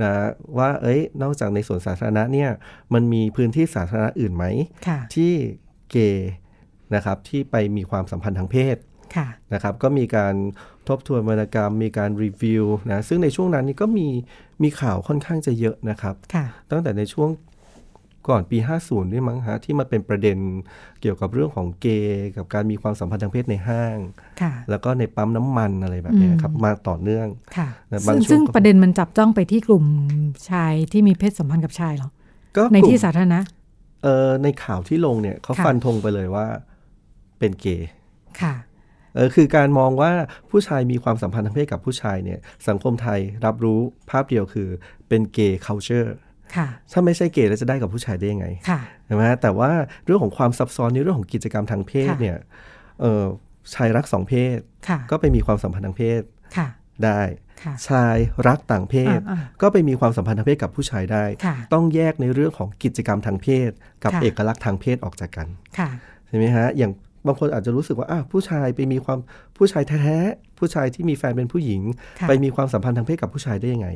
นะว่าเอ้ยนอกจากในสวนสาธารณะเนี่ยมันมีพื้นที่สาธารณะอื่นไหม ค่ะ ที่เกย์นะครับที่ไปมีความสัมพันธ์ทางเพศ ค่ะ นะครับก็มีการทบทวนวรรณกรรม มีการรีวิวนะซึ่งในช่วงนั้นนี่ก็มีมีข่าวค่อนข้างจะเยอะนะครับ ค่ะ ตั้งแต่ในช่วงก่อนปี 50ด้วยมั้งฮะที่มันเป็นประเด็นเกี่ยวกับเรื่องของเกย์กับการมีความสัมพันธ์ทางเพศในห้าง ค่ะ แล้วก็ในปั๊มน้ำมันอะไรแบบเนี้ยครับมาต่อเนื่อง ค่ะ นะบา ซึ่ ง ง ช่วง ซึ่ง ก็คง ประเด็นมันจับจ้องไปที่กลุ่มชายที่มีเพศสัมพันธ์กับชายเหรอ ก็ ใน กลุ่ม ที่สาธารณะ เอ่อในข่าวที่ลงเนี่ยเขา ค่ะ ฟันธงไปเลยว่าเป็นเกย์ ค่ะ เออคือการมองว่าผู้ชายมีความสัมพันธ์ทางเพศกับผู้ชายเนี่ยสังคมไทยรับรู้ภาพเดียวคือเป็นเกย์ culture ค่ะ ถ้าไม่ใช่เกย์แล้วจะได้กับผู้ชายได้ยังไง ค่ะ ใช่ไหมแต่ว่าเรื่องของความซับซ้อนในเรื่องของกิจกรรมทางเพศ ค่ะ เนี่ยเออชายรักสองเพศ ค่ะ ก็ไปมีความสัมพันธ์ทางเพศ ค่ะ ได้ ค่ะ ชายรักต่างเพศ อ่า ก็ไปมีความสัมพันธ์ทางเพศกับผู้ชายได้ ค่ะ ต้องแยกในเรื่องของกิจกรรมทางเพศ กับ ค่ะ เอกลักษณ์ทางเพศออกจากกัน ค่ะ ใช่ไหมฮะอย่างบางคนอาจจะรู้สึกว่าอ้าวผู้ชายไปมีความผู้ชายแท้ๆผู้ชายที่มีแฟนเป็นผู้หญิง ค่ะ ไปมีความสัมพันธ์ทางเพศกับผู้ชายได้ยังไง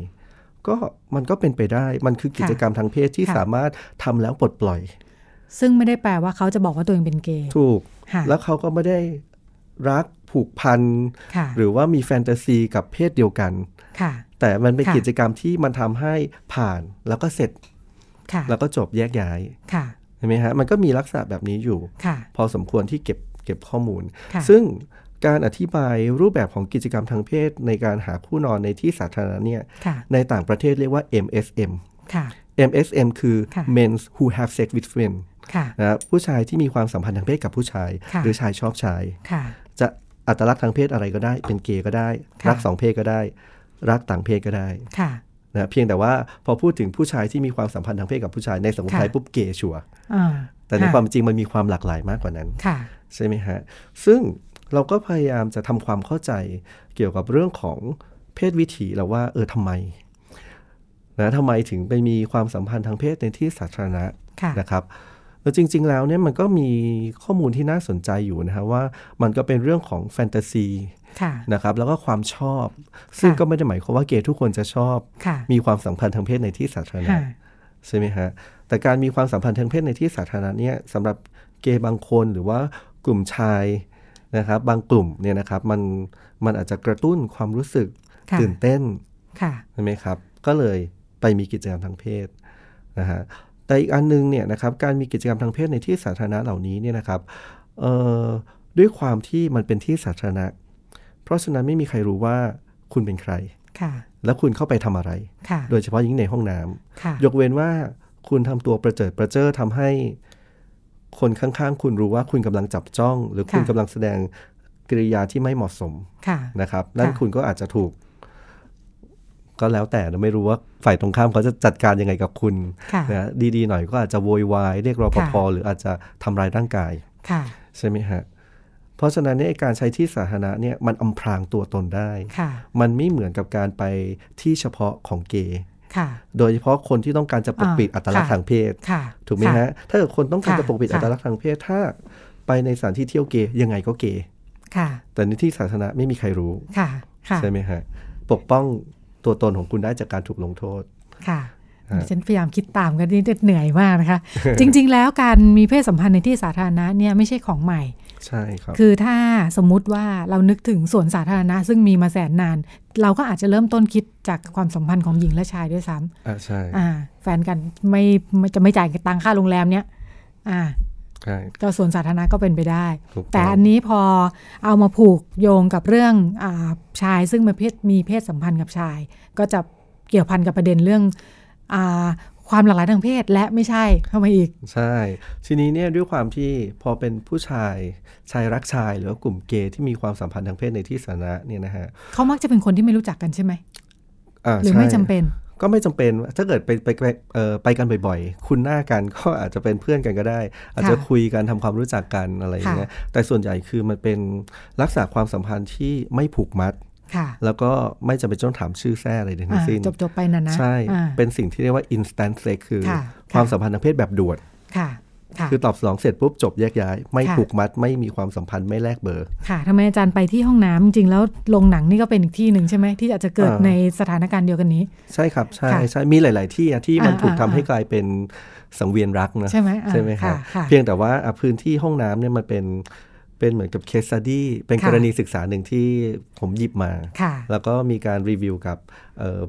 ก็มันก็เป็นไปได้มันคือกิจกรรมทางเพศที่ ค่ะ สามารถทำแล้วปลดปล่อย ซึ่งไม่ได้แปลว่าเขาจะบอกว่าตัวเองเป็นเกย์ ถูก ค่ะ แล้วเขาก็ไม่ได้รักผูกพัน ค่ะ หรือว่ามีแฟนตาซีกับเพศเดียวกัน ค่ะ แต่มันเป็น ค่ะ กิจกรรมที่มันทำให้ผ่านแล้วก็เสร็จ ค่ะ แล้วก็จบแยกย้าย ค่ะ ใช่ไหมฮะมันก็มีลักษณะแบบนี้อยู่ ค่ะ พอสมควรที่เก็บเก็บข้อมูล ค่ะ ซึ่งการอธิบายรูปแบบของกิจกรรมทางเพศในการหาคู่นอนในที่สาธารณะเนี่ย ค่ะ ในต่างประเทศเรียกว่า MSM ค่ะ MSM คือ ค่ะ men who have sex with men ค่ะ นะครับผู้ชายที่มีความสัมพันธ์ทางเพศกับผู้ชาย ค่ะ หรือชายชอบชาย ค่ะ จะอัตลักษณ์ทางเพศอะไรก็ได้ เป็นเกย์ก็ได้ ค่ะ รักสองเพศก็ได้ รักต่างเพศก็ได้ ค่ะ นะเพียงแต่ว่าพอพูดถึงผู้ชายที่มีความสัมพันธ์ทางเพศกับผู้ชายในสังคม ค่ะ ไทยปุ๊บเกย์ชัวร์ อ่า แต่ใน ค่ะ ความจริงมันมีความหลากหลายมากกว่านั้น ค่ะ ใช่ไหมฮะ ซึ่งเราก็พยายามจะทำความเข้าใจเกี่ยวกับเรื่องของเพศวิถีเราว่าเออทำไมนะทำไมถึงไปมีความสัมพันธ์ทางเพศในที่สาธารณะ ค่ะ นะครับแล้วจริง ๆ แล้วเนี่ยมันก็มีข้อมูลที่น่าสนใจอยู่นะฮะว่ามันก็เป็นเรื่องของแฟนตาซี ค่ะ นะครับแล้วก็ความชอบ ซึ่งก็ไม่ได้หมายความว่าเกย์ทุกคนจะชอบ ค่ะ มีความสัมพันธ์ทางเพศในที่สาธารณะ ค่ะ ใช่ไหมฮะแต่การมีความสัมพันธ์ทางเพศในที่สาธารณะเนี่ยสำหรับเกย์บางคนหรือว่ากลุ่มชายนะครับบางกลุ่มเนี่ยนะครับมันมันอาจจะกระตุ้นความรู้สึก ค่ะ ตื่นเต้น ค่ะ ใช่ไหมครับก็เลยไปมีกิจกรรมทางเพศนะฮะแต่อีกอันนึงเนี่ยนะครับการมีกิจกรรมทางเพศในที่สาธารณะเหล่านี้เนี่ยนะครับเอ่อด้วยความที่มันเป็นที่สาธารณะ เพราะฉะนั้นไม่มีใครรู้ว่าคุณเป็นใคร ค่ะ และคุณเข้าไปทำอะไร ค่ะ โดยเฉพาะยิ่งในห้องน้ำ ค่ะ ยกเว้นว่าคุณทำตัวประเจิดประเจ้อทำให้คนข้างๆ คุณรู้ว่าคุณกำลังจับจ้อง หรือคุณ ค่ะ กำลังแสดงกิริยาที่ไม่เหมาะสม ค่ะ นะครับนั่น ค่ะ คุณก็อาจจะถูก ก็แล้วแต่นะไม่รู้ว่าฝ่ายตรงข้ามเขาจะจัดการยังไงกับคุณ ค่ะ นะดีๆหน่อยก็อาจจะโวยวายเรียกรปภหรืออาจจะทำร้ายร่างกาย ค่ะ ใช่ไหมฮะเพราะฉะนั้นเนี่ยไอ้การใช้ที่สาธารณะเนี่ยมันอำพรางตัวตนได้ ค่ะ มันไม่เหมือนกับการไปที่เฉพาะของเกย์ ค่ะ โดยเฉพาะคนที่ต้องการจะปกปิด อ่า อัตลักษณ์ ค่ะ ทางเพศ ค่ะ ถูกไหมฮะ ถ้าเกิดคนต้องการ ค่ะ จะปกปิด ค่ะ อัตลักษณ์ทางเพศ ถ้าไปในสถานที่เที่ยวเกย์ยังไงก็เกย์ ค่ะ แต่ในที่สาธารณะไม่มีใครรู้ ค่ะ ค่ะ ใช่ไหมฮะปกป้องตัวตนของคุณได้จากการถูกลงโทษ ค่ะ ฮะ ดิฉันพยายามคิดตามกันนี่เหนื่อยมากนะคะ จริง ๆ แล้วการมีเพศสัมพันธ์ในที่สาธารณะเนี่ยไม่ใช่ของใหม่ ใช่ครับ คือถ้าสมมุติว่าเรานึกถึงสวนสาธารณะ ซึ่งมีมาแสนนาน เราก็อาจจะเริ่มต้นคิดจากความสัมพันธ์ของหญิงและชายด้วยซ้ำ อ่าใช่ อ่า แฟนกันไม่ไม่จะไม่จ่ายตังค่าโรงแรมเนี่ยอ่า ใช่ ก็สวนสาธารณะก็เป็นไปได้ ถูก แต่ ต้อง อันนี้พอเอามาผูกโยงกับเรื่องอาชายซึ่งมีเพศมีเพศสัมพันธ์กับชาย ก็จะเกี่ยวพันกับประเด็นเรื่องอาความหลากหลายทางเพศและไม่ใช่เข้ามาอีก ใช่ ทีนี้เนี่ยด้วยความที่พอเป็นผู้ชายชายรักชาย หรือว่ากลุ่มเกย์ที่มีความสัมพันธ์ทางเพศในที่สาธารณะเนี่ยนะฮะ เขามักจะเป็นคนที่ไม่รู้จักกันใช่ไหม อ่า หรือ ใช่ ไม่จำเป็น ก็ไม่จำเป็นถ้าเกิดไปไปไปเอ่อไปกันบ่อยๆ คุณหน้ากัน ก็อาจจะเป็นเพื่อนกันก็ได้ อาจจะคุยกันทำความรู้จักกันอะไรอย่างเงี้ยแต่ส่วนใหญ่คือมันเป็นลักษณะความสัมพันธ์ที่ไม่ผูกมัด ค่ะ แล้วก็ไม่จำเป็นต้องถามชื่อแท้อะไรทั้งสิ้น จบจบๆไปนะนะ ใช่ อ่า เป็นสิ่งที่เรียกว่า instant sex คือ ค่ะ ความสัมพันธ์ทางเพศแบบด่วน ค่ะ ค่ะ คือตอบสนองเสร็จปุ๊บจบแยกย้าย ไม่ ค่ะ ผูกมัดไม่มีความสัมพันธ์ไม่แลกเบอร์ ค่ะทำไมอาจารย์ไปที่ห้องน้ำจริงๆแล้วลงหนังนี่ก็เป็นอีกที่หนึ่งใช่ไหมที่อาจจะเกิด อ่า ในสถานการณ์เดียวกันนี้ ใช่ครับใช่ ค่ะ ใช่มีหลาย ๆ ที่อะที่มัน อ่า ถูกทำ อ่า ให้กลายเป็นสังเวียนรักนะ ใช่ไหมอ่า ใช่ไหมครั ค่ะ บ ค่ะ เพียงแต่ว่าอ่ะพื้นที่ห้องน้ำเนี่ยมันเป็นเป็นเหมือนกับเคส e ดี้เป็น ค่ะ กรณีศึกษาหนึ่งที่ผมหยิบมา ค่ะ แล้วก็มีการรีวิวกับเอ่อ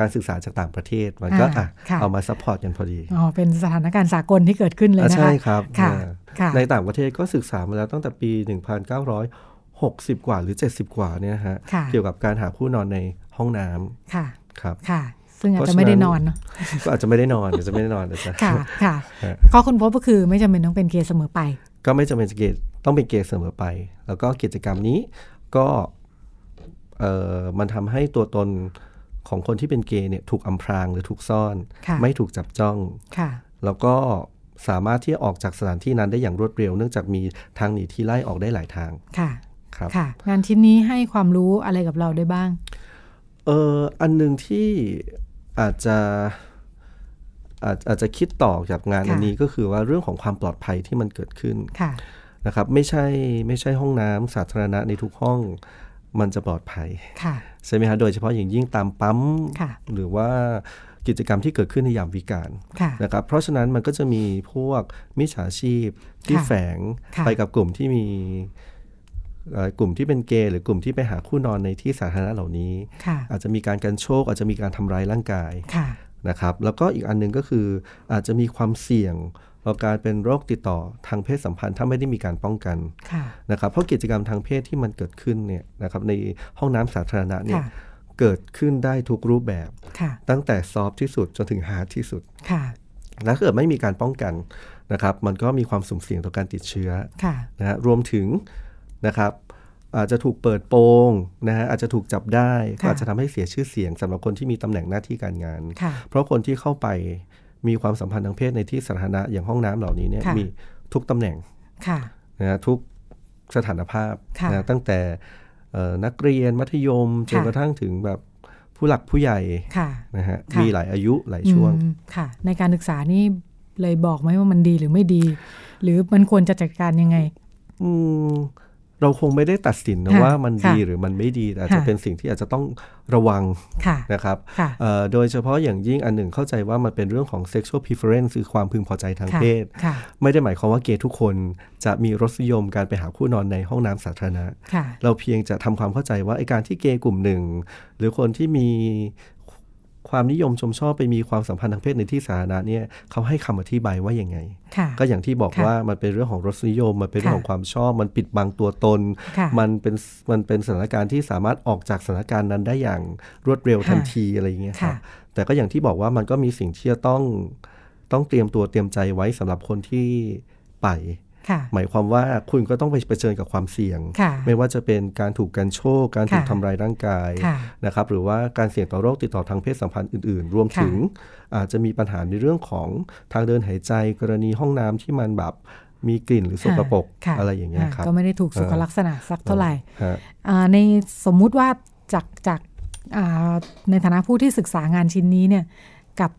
การศึกษาจากต่างประเทศ มันก็ อ่า อ่ะ ค่ะ เอามาซัพพอร์ตกันพอดี อ๋อเป็นสถานการณ์สากลที่เกิดขึ้นเลย อ่ะ นะคะ ใช่ครับ ค่ะ อ่า ค่ะ ในต่างประเทศก็ศึกษามาแล้วตั้งแต่ปี 1960 กว่าหรือ 70 กว่าเนี่ยฮะ ค่ะ เกี่ยวกับการหาคู่นอนในห้องน้ำ ค่ะ ครับ ค่ะ ซึ่งอาจจะไม่ได้นอนเนาะ ก็อาจจะไม่ได้นอนอาจจะไม่ได้นอนอาจจะ ค่ะค่ะ ฮะ ข้อคุณพบก็คือไม่จำเป็นต้องเป็นเกย์เสมอไป ก็ไม่จำเป็นจะเกย์ต้องเป็นเกย์เสมอไป แล้วก็กิจกรรมนี้ก็เอ่อมันทำให้ตัวตนของคนที่เป็นเกย์เนี่ยถูกอำพรางหรือถูกซ่อน ค่ะ ไม่ถูกจับจ้อง ค่ะ แล้วก็สามารถที่จะออกจากสถานที่นั้นได้อย่างรวดเร็ว เนื่องจากมีทางหนีที่ไล่ออกได้หลายทาง ค่ะ ครับ ค่ะ งานชิ้นนี้ให้ความรู้อะไรกับเราได้บ้าง เอออันหนึ่งที่อาจจะอาจอาจจะคิดต่อจากงาน ค่ะ อันนี้ก็คือว่าเรื่องของความปลอดภัยที่มันเกิดขึ้น ค่ะ นะครับไม่ใช่ไม่ใช่ห้องน้ำสาธารณะในทุกห้องมันจะปลอดภัย ค่ะ ใช่ไหมฮะโดยเฉพาะอย่างยิ่งตามปั๊ม ค่ะ หรือว่ากิจกรรมที่เกิดขึ้นในยามวิกาล ค่ะ นะครับเพราะฉะนั้นมันก็จะมีพวกมิจฉาชีพที่ ค่ะ แฝง ค่ะ ไปกับกลุ่มที่มีเอ่อกลุ่มที่เป็นเกย์หรือกลุ่มที่ไปหาคู่นอนในที่สาธารณะเหล่านี้ ค่ะ อาจจะมีการกันโชค อาจจะมีการทำร้ายร่างกาย ค่ะ นะครับ แล้วก็อีกอันหนึงก็คืออาจจะมีความเสี่ยงต่อการเป็นโรคติดต่อทางเพศสัมพันธ์ถ้าไม่ได้มีการป้องกัน ค่ะ นะครับเพราะกิจกรรมทางเพศที่มันเกิดขึ้นเนี่ยนะครับในห้องน้ำสาธารณะเนี่ย ค่ะ เกิดขึ้นได้ทุกรูปแบบ ค่ะ ตั้งแต่ซอฟต์ที่สุดจนถึงฮาร์ดที่สุด ค่ะ และถ้าเกิดไม่มีการป้องกันนะครับมันก็มีความสุ่มเสี่ยงต่อการติดเชื้อ ค่ะ นะฮะรวมถึงนะครับอาจจะถูกเปิดโปงนะฮะอาจจะถูกจับได้ ค่ะ ก็อาจจะทำให้เสียชื่อเสียงสำหรับคนที่มีตำแหน่งหน้าที่การงาน ค่ะ เพราะคนที่เข้าไปมีความสัมพันธ์ทางเพศในที่สาธารณะอย่างห้องน้ำเหล่านี้เนี่ย ค่ะ มีทุกตำแหน่ง ค่ะ นะฮะทุกสถานภาพ ค่ะ นะตั้งแต่เอ่อนักเรียนมัธยมจน ค่ะ กระทั่งถึงแบบผู้หลักผู้ใหญ่ ค่ะ นะฮะ ค่ะ มีหลายอายุหลายช่วง อืมค่ะ ในการศึกษานี่เลยบอกไหมว่ามันดีหรือไม่ดี หรือมันควรจะจัดการยังไง อืมเราคงไม่ได้ตัดสินนะ ค่ะ ว่ามันดี ค่ะ หรือมันไม่ดีแต่อาจจะ ค่ะ เป็นสิ่งที่อาจจะต้องระวัง ค่ะ นะครับ ค่ะ เอ่อโดยเฉพาะอย่างยิ่งอันหนึ่งเข้าใจว่ามันเป็นเรื่องของ sexual preference คือความพึงพอใจทาง ค่ะ เพศ ค่ะ ไม่ได้หมายความว่าเกย์ทุกคนจะมีรสนิยมการไปหาคู่นอนในห้องน้ำสาธารณะ ค่ะ เราเพียงจะทำความเข้าใจว่าไอการที่เกย์กลุ่มหนึ่ง หรือคนที่มีความนิยมชมชอบไปมีความสัมพันธ์ทางเพศในที่สาธารณะเนี่ยเขาให้คำอธิบายว่ายังไง ค่ะ ก็อย่างที่บอก ค่ะ ว่ามันเป็นเรื่องของรสนิยม มันเป็นเรื่อง ค่ะ ของความชอบ มันปิดบังตัวตน ค่ะ มันเป็นมันเป็นสถานการณ์ที่สามารถออกจากสถานการณ์นั้นได้อย่างรวดเร็ว ค่ะ ทันทีอะไรอย่างเงี้ยครั ค่ะ บแต่ก็อย่างที่บอกว่ามันก็มีสิ่งที่จะต้องต้องเตรียมตัวเตรียมใจไว้สำหรับคนที่ไป ค่ะ หมายความว่าคุณก็ต้องไปเผชิญกับความเสี่ยง ค่ะ ไม่ว่าจะเป็นการถูกกันโชค การถูก ค่ะ ทำร้ายร่างกาย ค่ะ นะครับหรือว่าการเสี่ยงต่อโรคติดต่อทางเพศสัมพันธ์อื่นๆ รวม ค่ะ ถึงอาจจะมีปัญหาในเรื่องของทางเดินหายใจกรณีห้องน้ำที่มันแบบมีกลิ่นหรือสกปรก ค่ะ อะไรอย่างเงี้ยครับ ก็ไม่ได้ถูกสุขลักษณะสักเท่าไหร่ ฮะ อ่าในสมมุติว่าจากจากอ่าในฐานะผู้ที่ศึกษางานชิ้นนี้เนี่ยกับ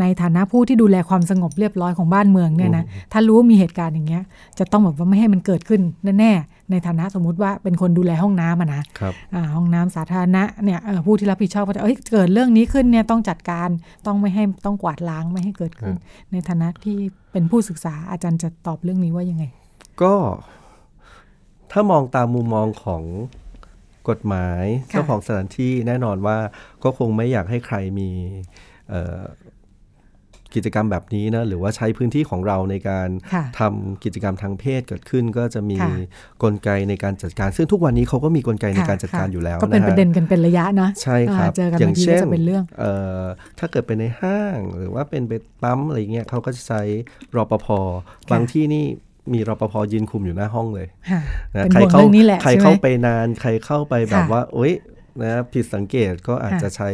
ในฐานะผู้ที่ดูแลความสงบเรียบร้อยของบ้านเมืองเนี่ยนะถ้ารู้ว่ามีเหตุการณ์อย่างเงี้ย จะต้องแบบว่าไม่ให้มันเกิดขึ้นแน่ๆในฐานะสมมุติว่าเป็นคนดูแลห้องน้ำอะนะ ครับ อ่าห้องน้ำสาธารณะเนี่ยเอ่อผู้ที่รับผิดชอบก็จะเอ้ยเกิดเรื่องนี้ขึ้นเนี่ยต้องจัดการต้องไม่ให้ต้องกวาดล้างไม่ให้เกิดขึ้น ในฐานะที่เป็นผู้ศึกษาอาจารย์จะตอบเรื่องนี้ว่ายังไง ก็ถ้ามองตามมุมมองของกฎหมาย ค่ะ เจ้าของสถานที่แน่นอนว่าก็คงไม่อยากให้ใครมีเอ่อกิจกรรมแบบนี้นะหรือว่าใช้พื้นที่ของเราในการ ค่ะ ทำกิจกรรมทางเพศเกิดขึ้นก็จะมี ค่ะ กลไกในการจัดการ ซึ่งทุกวันนี้เขาก็มีกลไกใน ค่ะ การจัดการอยู่แล้ว ก็เป็น ฮ ประเด็นกันเป็นระยะนะ ใช่ครับ อ่าเจอกัน อย่า บางงที เช่ ก็ น จะเป็นเรื่อง เอ่อถ้าเกิดเป็นในห้างหรือว่าเป็นไปปั๊มอะไรเงี้ยเขาก็จะใช้รปภบางที่นี่มีรปภยืนคุมอยู่หน้าห้องเลย ค่ะ นะ เป็น ใคร ห่วง เข้า เรื่องนี้แหละ ใคร ใช่ไหม เข้าไปนานใครเข้าไปแบบ ค่ะ ว่าโอ๊ยนะผิดสังเกตก็อาจ ค่ะ จะใช้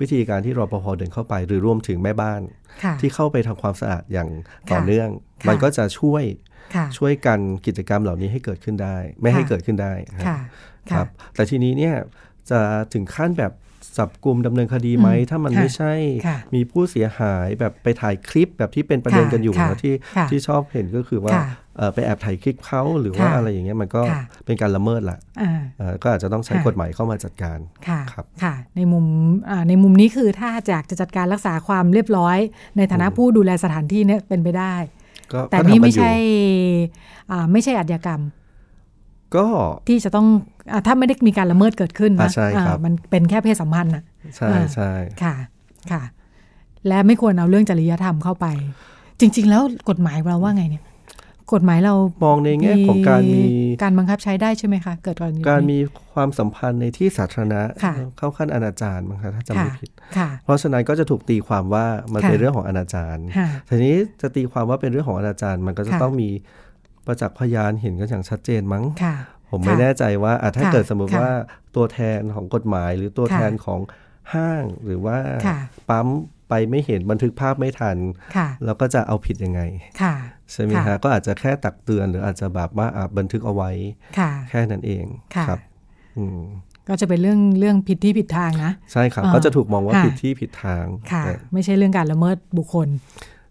วิธีการที่รปภเดินเข้าไป หรือรวมถึงแม่บ้าน ค่ะ ที่เข้าไปทำความสะอาดอย่างต่อ ค่ะ เนื่อง ค่ะ มันก็จะช่วย ค่ะ ช่วยกันกิจกรรมเหล่านี้ให้เกิดขึ้นได้ ไม่ให้ ค่ะ เกิดขึ้นได้ฮะ ค่ะ ครั ค่ะ บแต่ทีนี้เนี่ยจะถึงขั้นแบบจับกลุ่มดำเนินคดีไหม อืม ถ้ามัน ค่ะ ไม่ใช่ ค่ะ มีผู้เสียหายแบบไปถ่ายคลิปแบบที่เป็นประเด็น ค่ะ กันอยู่ ค่ะ นะที่ ค่ะ ที่ชอบเห็นก็คือว่า ค่ะ เอ่อไปแอบถ่ายคลิปเขาหรือว่า ค่ะ อะไรอย่างเงี้ยมันก็ ค่ะ เป็นการละเมิดละ อ่า เอ่อก็อาจจะต้องใช้ ค่ะ กฎหมายเข้ามาจัดการ ค่ะ ครับ ค่ะ ในมุมอ่าในมุมนี้คือถ้าอยากจะจัดการรักษาความเรียบร้อย ในฐานะ อืม ผู้ดูแลสถานที่เนี่ยเป็นไปได้ ก็ แต่ ก็ นี่ ทำกั ไม่ อยู่ ใช่อ่าไม่ใช่อาชญากรรม ก็ ที่จะต้องอาถ้าไม่ได้มีการละเมิดเกิดขึ้น อ่า นะ ใช่ครับ อ่ามันเป็นแค่เพศสัมพันธ์นะ ใช่ อ่า ใช่ ค่ะค่ะ และไม่ควรเอาเรื่องจริยธรรมเข้าไป จริง ๆ แล้วกฎหมายเราว่าไงเนี่ย กฎหมายเรา มองในแง่ของการมี การบังคับใช้ได้ใช่ไหมคะ เกิดกรณี การมีความสัมพันธ์ในที่สาธารณะ ค่ะ เข้าขั้นอนาจารมั้งคะถ้าจำไม่ ค่ะ ผิด ค่ะ เพราะฉะนั้นก็จะถูกตีความว่ามัน ค่ะ เป็นเรื่องของอนาจาร ค่ะ ทีนี้จะตีความว่าเป็นเรื่องของอนาจารมันก็จะ ค่ะ ต้องมีประจักษ์พยานเห็นกันอย่างชัดเจนมั้ง ค่ะ ผมไม่ ค่ะ แน่ใจว่าอ่ะถ้า ค่ะ เกิดสมมติ ค่ะ ว่าตัวแทนของกฎหมาย หรือตัว ค่ะ แทนของห้างหรือว่า ค่ะ ปั๊มไปไม่เห็นบันทึกภาพไม่ทัน ค่ะ แล้วก็จะเอาผิดยังไง ค่ะ ใช่ไหม ค่ะ ฮะก็อาจจะแค่ตักเตือนหรืออาจจะแบบว่าอ่ะบันทึกเอาไว้ ค่ะ แค่นั้นเอง ค่ะ ครับอืม ก็จะเป็นเรื่องเรื่องผิดที่ผิดทางนะ ใช่ครับ อ่า ก็จะถูกมองว่า ค่ะ ผิดที่ผิดทาง ค่ะ แต่ ไม่ใช่เรื่องการละเมิดบุคคล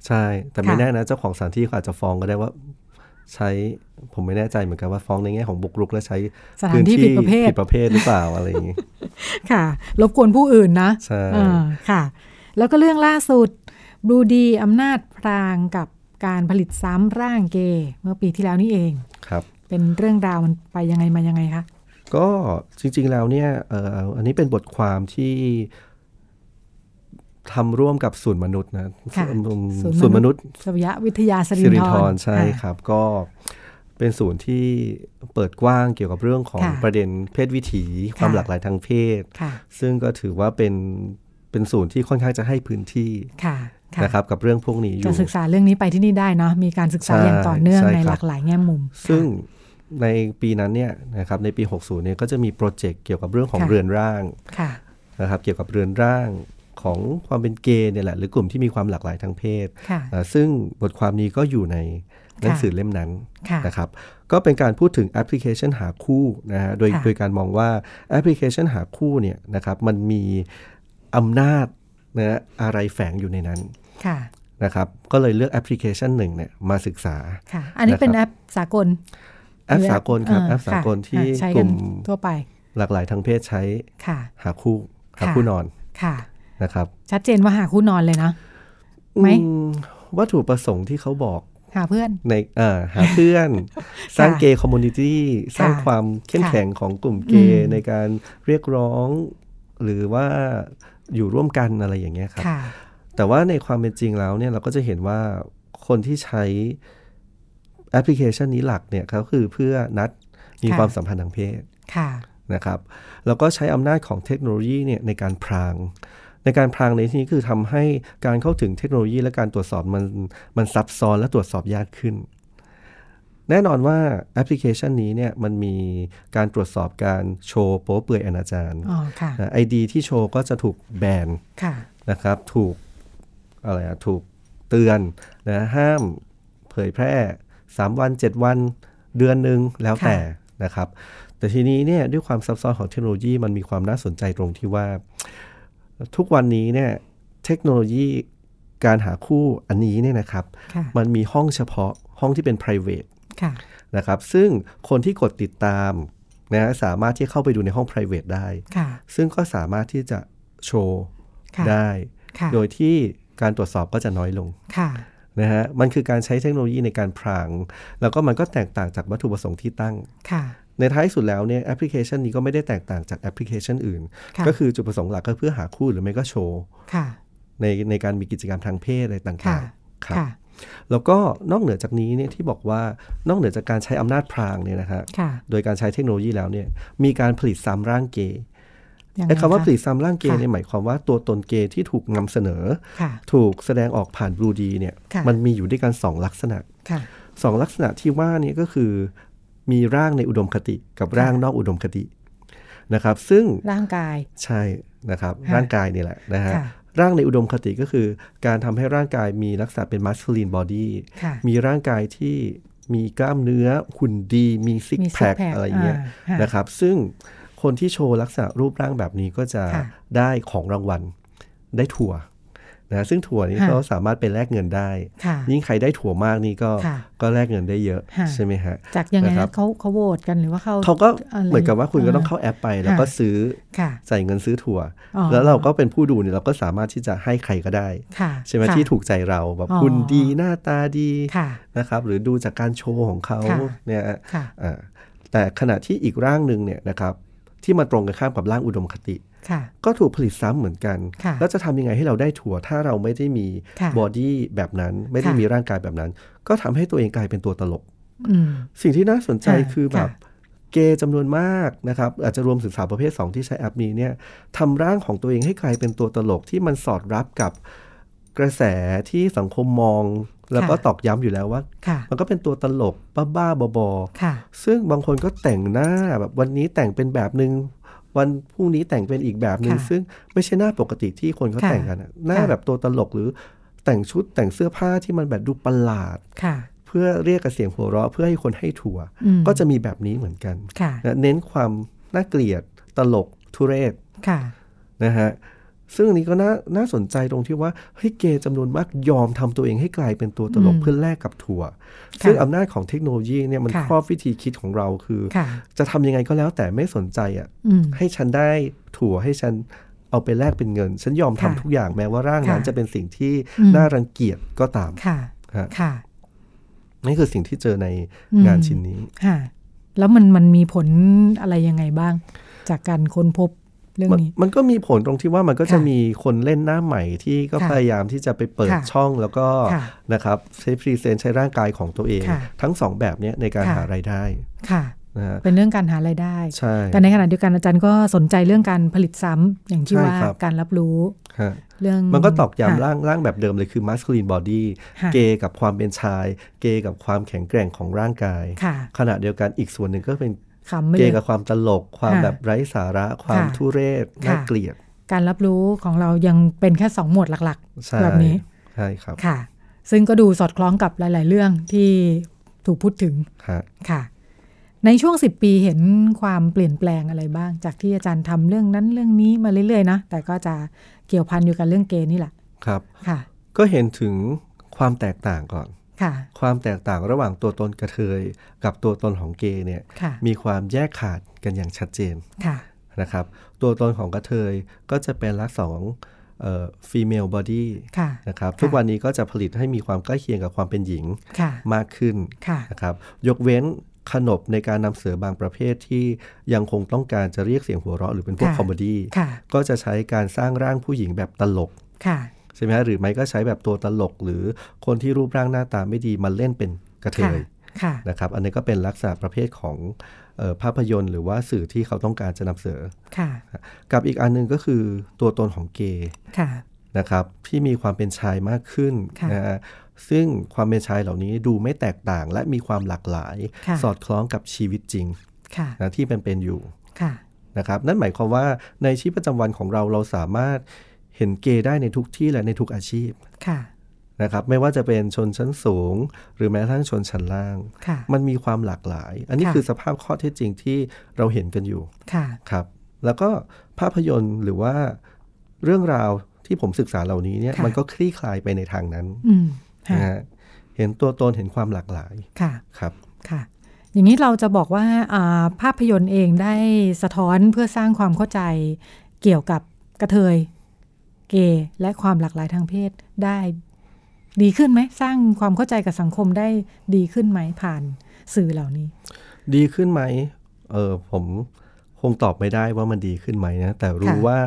ใช่ แต่ไม่ ค่ะ แน่นะเจ้าของสถานที่เขาอาจจะฟ้องก็ได้ว่า ใช้ผมไม่แน่ใจเหมือนกันว่าฟ้องในแง่ของบุกรุกและใช้ สถานที่ผิดประเภท ผิดประเภทหรือเปล่าอะไรอย่างนี้ ค่ะรบกวนผู้อื่นนะ ใช่ อ่าค่ะ แล้วก็เรื่องล่าสุดบลูดีอำนาจพรางกับการผลิตซ้ำร่างเกย์เมื่อปีที่แล้วนี่เอง ครับ เป็นเรื่องราวมันไปยังไงมายังไงคะ ก็จริงๆแล้วเนี่ยเอ่ออันนี้เป็นบทความที่ทำร่วมกับศูนย์มนุษย์นะ ค่ะ อืม ศูนย์มนุษย์ ศูนย์มสวนุษย์ยะวิทยาสริ สิ น ริ ท น ร ทรใช่ ค่ะ ครับก็เป็นศูนย์ที่เปิดกว้างเกี่ยวกับเรื่องของ ค่ะ ประเด็นเพศวิถี ความ ค่ะ หลากหลายทางเพศ ค่ะ ซึ่งก็ถือว่าเป็นเป็นศูนย์ที่ค่อนข้างจะให้พื้นที่ ค่ะค่ะ นะครับกับเรื่องพวกนี้อ จะ ยู่ ศึกษาเรื่องนี้ไปที่นี่ได้เนาะมีการศึกษา ใช่ อย่างต่อเนื่อง ใช่ ใน ครับ หลากหลายแง่มุม ซึ่งในปีนั้นเนี่ยนะครับในปี 60เนี่ยก็จะมีโปรเจกต์เกี่ยวกับเรื่องของ ค่ะ เรือนร่าง ค่ะ นะครับเกี่ยวกับเรือนร่างของความเป็นเกย์เนี่ยแหละหรือกลุ่มที่มีความหลากหลายทางเพศ ค่ะ อ่าซึ่งบทความนี้ก็อยู่ในหนัง ค่ะ สือเล่มนั้น ค่ะ นะครับก็เป็นการพูดถึงแอปพลิเคชันหาคู่นะฮะโดย ค่ะ โดยการมองว่าแอปพลิเคชันหาคู่เนี่ยนะครับมันมีอำนาจนะฮะอะไรแฝงอยู่ในนั้น ค่ะ นะครับก็เลยเลือกแอปพลิเคชันหนึ่งเนี่ยมาศึกษา ค่ะ อันนี้ นะครับ เป็นแอปสากล แอปสากลครับ เ แอปสากล ค่ะ ที่ ใช้นกลุ่ม ทั่วไป หลากหลายทางเพศใช้ ค่ะ หาคู่หา ค่ะ คู่นอน ค่ะ นะครับ ชัดเจนว่าหาคู่นอนเลยเนาะ ไหม อืมวัตถุประสงค์ที่เขาบอก หาเพื่อน ในเอ่อหาเพื่อน สร้างเกย์คอมมูนิตี้สร้างความเข้ม ค่ะ แข็งของกลุ่มเก อืมย์ในการเรียกร้อง หรือว่าอยู่ร่วมกันอะไรอย่างเงี้ยครับ ค่ะ แต่ว่าในความเป็นจริงแล้วเนี่ยเราก็จะเห็นว่าคนที่ใช้แอปพลิเคชันนี้หลักเนี่ยก็คือเพื่อนัดมี ค่ะ ความสัมพันธ์ทางเพศ ค่ะ นะครับ แล้วก็ใช้อำนาจของเทคโนโลยีเนี่ยในการพราง ในการพรางในที่นี้คือทำให้การเข้าถึงเทคโนโลยีและการตรวจสอบมันมันซับซ้อนและตรวจสอบยากขึ้น แน่นอนว่าแอปพลิเคชันนี้เนี่ยมันมีการตรวจสอบการโชว์โป๊เปื่อยอนาจาร อ๋อ ค่ะ ไอดีที่โชว์ก็จะถูกแบน ค่ะ นะครับถูกอะไรอะถูกเตือนนะห้ามเผยแพร่ 3 วัน 7 วันเดือนหนึ่งแล้วแต่นะครับ แต่ทีนี้เนี่ยด้วยความซับซ้อนของเทคโนโลยีมันมีความน่าสนใจตรงที่ว่า ทุกวันนี้เนี่ยเทคโนโลยีการหาคู่อันนี้เนี่ยนะครับ ค่ะ มันมีห้องเฉพาะห้องที่เป็น p r i v a t ค่ะ นะครับซึ่งคนที่กดติดตามนะสามารถที่เข้าไปดูในห้อง p r i v a t ได้ ค่ะ ซึ่งก็สามารถที่จะโชว์ ค่ะ ได้ ค่ะ โดยที่การตรวจสอบก็จะน้อยลง ค่ะ นะฮะมันคือการใช้เทคโนโลยีในการพราง แล้วก็มันก็แตกต่างจากวัตถุประสงค์ที่ตั้ง ค่ะ ในท้ายสุดแล้วเนี่ยแอปพลิเคชันนี้ก็ไม่ได้แตกต่างจากแอปพลิเคชันอื่น ค่ะ ก็คือจุดประสงค์หลักก็เพื่อหาคู่หรือไม่ก็โชว์ ค่ะ ในในการมีกิจกรรมทางเพศอะไรต่า ค่ะ งๆครับ ค่ะ แล้วก็นอกเหนือจากนี้เนี่ยที่บอกว่านอกเหนือจากการใช้อำนาจพรางเนี่ยนะครับ ค่ะ โดยการใช้เทคโนโลยีแล้วเนี่ยมีการผลิตซ้ำร่างเกย์ ยังง ไอ้คำว่าผลิตซ้ำร่างเกย์ ค่ะ เนี่ยหมายความว่าตัวตนเกย์ที่ถูกนำเสนอ ค่ะ ถูกแสดงออกผ่านบลูดีเนี่ย ค่ะ มันมีอยู่ด้วยกันสองลักษณะ ค่ะ สองลักษณะที่ว่าเนี่ยก็คือมีร่างในอุดมคติกับร่างนอกอุดมคตินะครับซึ่ง ร่างกาย ใช่นะครับ ค่ะ ร่างกายนี่แหละนะฮะ ค่ะ ร่างในอุดมคติก็คือ การทำให้ร่างกายมีลักษณะเป็นมัสคูลีนบอดี้ ค่ะ มีร่างกายที่มีกล้ามเนื้อหุ่นดีมีซิก มี แพ ซิก ค แพค อะไรเงี้ย อ่า นะครับ ซึ่งคนที่โชว์ลักษณะรูปร่างแบบนี้ก็จะ ค่ะ ได้ของรางวัลได้ถั่วนะซึ่งถั่วนี้ ค่ะ ก็สามารถไปแลกเงินได้ ค่ะ ยิ่งใครได้ถั่วมากนี่ก็ ค่ะ ก็แลกเงินได้เยอะ ค่ะ ใช่ไหมฮะ จากยังไง นะครับ นะเขาเขาโหวตกันหรือว่าเขา เขาก็ อะไร เหมือนกับว่าคุณก็ต้อง อ่า เข้าแอปไป แล้วก็ ค่ะ ซื้อ ค่ะ จ่ายเงินซื้อถั่ว อ๋อ แล้วเราก็เป็นผู้ดูเนี่ยเราก็สามารถที่จะให้ใครก็ได้ ค่ะ ใช่ไหม ค่ะ ที่ถูกใจเราแบบ อ๋อ คุณดีหน้าตาดี ค่ะ นะครับหรือดูจากการโชว์ของเขา ค่ะ เนี่ย ค่ะ อ่าแต่ขณะที่อีกร่างหนึ่งเนี่ยนะครับ ที่มันตรงกันข้ามกับร่างอุดมคติ ค่ะ ก็ถูกผลิตซ้ำเหมือนกัน ค่ะ แล้วจะทำยังไงให้เราได้ถั่วถ้าเราไม่ได้มี ค่ะ บอดี้แบบนั้น ไม่ได้ ค่ะ มีร่างกายแบบนั้น ก็ทำให้ตัวเองกลายเป็นตัวตลก อืม สิ่งที่น่าสนใจ ค่ะ คือแบบ ค่ะ เกย์จำนวนมากนะครับ อาจจะรวมถึงสาวประเภท 2 ที่ใช้แอปนี้เนี่ยทำร่างของตัวเองให้กลายเป็นตัวตลกที่มันสอดรับกับกระแสที่สังคมมอง แล้วก็ตอกย้ำอยู่แล้วว่า ค่ะ มันก็เป็นตัวตลกบ้าๆบอ ค่ะ ๆซึ่งบางคนก็แต่งหน้าแบบวันนี้แต่งเป็นแบบหนึ่งวันพรุ่งนี้แต่งเป็นอีกแบบหนึ่ง ค่ะ ซึ่งไม่ใช่หน้าปกติที่คนเขา ค่ะ แต่งกันอะหน้า ค่ะ แบบตัวตลกหรือแต่งชุดแต่งเสื้อผ้าที่มันแบบดูประหลาด ค่ะ เพื่อเรียกกระเสียงหัวเราะเพื่อให้คนให้ถั่ว อืม ก็จะมีแบบนี้เหมือนกัน ค่ะ นะเน้นความน่าเกลียดตลกทุเรศ ค่ะ นะฮะซึ่งอันนี้ก็น่าน่าสนใจตรงที่ว่าเฮ้ยเกย์จำนวนมากยอมทำตัวเองให้กลายเป็นตัวตลก อืม เพื่อแลกกับถั่ว ซึ่งอำนาจของเทคโนโลยีเนี่ยมัน ค่ะ ครอบวิธีคิดของเราคือ ค่ะ จะทำยังไงก็แล้วแต่ไม่สนใจอ่ะ อืม ให้ฉันได้ถั่วให้ฉันเอาไปแลกเป็นเงิน ฉันยอมทำ ค่ะ ทุกอย่างแม้ว่าร่างนั้น ค่ะ จะเป็นสิ่งที่ อืม น่ารังเกียจก็ตาม ค่ะ ฮะ ค่ะ นี่คือสิ่งที่เจอใน อืม งานชิ้นนี้ ค่ะ แล้วมันมันมีผลอะไรยังไงบ้าง จากการค้นพบเรื่อง มัน นี้ มันก็มีผลตรงที่ว่ามันก็ ค่ะ จะมีคนเล่นหน้าใหม่ที่ก็ ค่ะ พยายามที่จะไปเปิด ค่ะ ช่องแล้วก็ ค่ะ นะครับใช้พรีเซนต์ใช้ร่างกายของตัวเอง ค่ะ ทั้งสองแบบเนี้ยในการ ค่ะ หารายได้ ค่ะ นะฮะ เป็นเรื่องการหารายได้ ใช่ แต่ในขณะเดียวกันอาจารย์ก็สนใจเรื่องการผลิตซ้ำอย่างที่ว่าการรับรู้ ฮะ เรื่อง มันก็ตอก ค่ะ ย้ำร่างร่างแบบเดิมเลยคือ masculine body ค่ะ เกย์กับความเป็นชาย เกย์กับความแข็งแกร่งของร่างกาย ค่ะ ขณะเดียวกันอีกส่วนหนึ่งก็เป็น ขำไม่ เก เล ย์ ย กับความตลก ความ ค่ะ แบบไร้สาระ ความ ค่ะ ทุเรศน่า ค่ะ เกลียด การรับรู้ของเรายังเป็นแค่สองหมวดหลัก ใช่ แบบนี้ ใช่ครับ ๆ ค่ะ ซึ่งก็ดูสอดคล้องกับหลาย ๆ เรื่องที่ถูกพูดถึง ฮะ ค่ะ ในช่วง 10 ปีเห็นความเปลี่ยนแปลงอะไรบ้าง จากที่อาจารย์ทำเรื่องนั้นเรื่องนี้มาเรื่อย ๆ นะ แต่ก็จะเกี่ยวพันอยู่กับเรื่องเกย์นี่แหละ ครับ ค่ะ ก็เห็นถึงความแตกต่างก่อน ค่ะ ความแตกต่างระหว่างตัวตนกระเทย กับตัวตนของเกย์เนี่ย ค่ะ มีความแยกขาดกันอย่างชัดเจน ค่ะ นะครับ ตัวตนของกระเทยก็จะเป็นลักษณ์ของฟีเมลบอดี้ ค่ะ นะครับทุกวันนี้ก็จะผลิตให้มีความใกล้เคียงกับความเป็นหญิง ค่ะ มากขึ้น ค่ะ นะครับยกเว้นขนบในการนำเสือบางประเภทที่ยังคงต้องการจะเรียกเสียงหัวเราะหรือเป็นพวก ค่ะ คอมเมดี้ ค่ะ ก็จะใช้การสร้างร่างผู้หญิงแบบตลก ค่ะ ใช่ไหมฮะหรือไม่ก็ใช้แบบตัวตลก หรือคนที่รูปร่างหน้าตาไม่ดีมาเล่นเป็นกระเท ค่ะ ย ค่ะ นะครับ อันนี้ก็เป็นลักษณะประเภทของเอ่อภาพยนตร์ หรือว่าสื่อที่เขาต้องการจะนำเสนอ ค่ะ กับอีกอันหนึงก็คือตัวตนของเกย์ ค่ะ นะครับที่มีความเป็นชายมากขึ้น ค่ะ นะฮะซึ่งความเป็นชายเหล่านี้ดูไม่แตกต่าง และมีความหลากหลาย ค่ะ สอดคล้องกับชีวิตจริง ค่ะ นะที่เป็นเป็นอยู่ ค่ะ นะครับนั่นหมายความว่าในชีวิตประจำวันของเราเราสามารถเห็นเกย์ได้ในทุกที่และในทุกอาชีพ ค่ะ นะครับไม่ว่าจะเป็นชนชั้นสูง หรือแม้กระทั่งชนชั้นล่าง ค่ะ มันมีความหลากหลาย อันนี้ ค่ะ คือสภาพข้อเท็จจริงที่เราเห็นกันอยู่ ค่ะ ครับแล้วก็ภาพยนตร์หรือว่าเรื่องราวที่ผมศึกษาเหล่านี้เนี่ย ค่ะ มันก็คลี่คลายไปในทางนั้น อืมค่ะ นะฮะเห็นตัวตนเห็นความหลากหลาย ค่ะ ครับ ค่ะ อย่างนี้เราจะบอกว่าอ่าภาพยนตร์เองได้สะท้อนเพื่อสร้างความเข้าใจเกี่ยวกับกระเทย เกย์และความหลากหลายทางเพศได้ดีขึ้นไหม สร้างความเข้าใจกับสังคมได้ดีขึ้นไหมผ่านสื่อเหล่านี้ ดีขึ้นไหมเออผมคงตอบไม่ได้ว่ามันดีขึ้นไหมนะแต่รู้ ค่ะ ว่า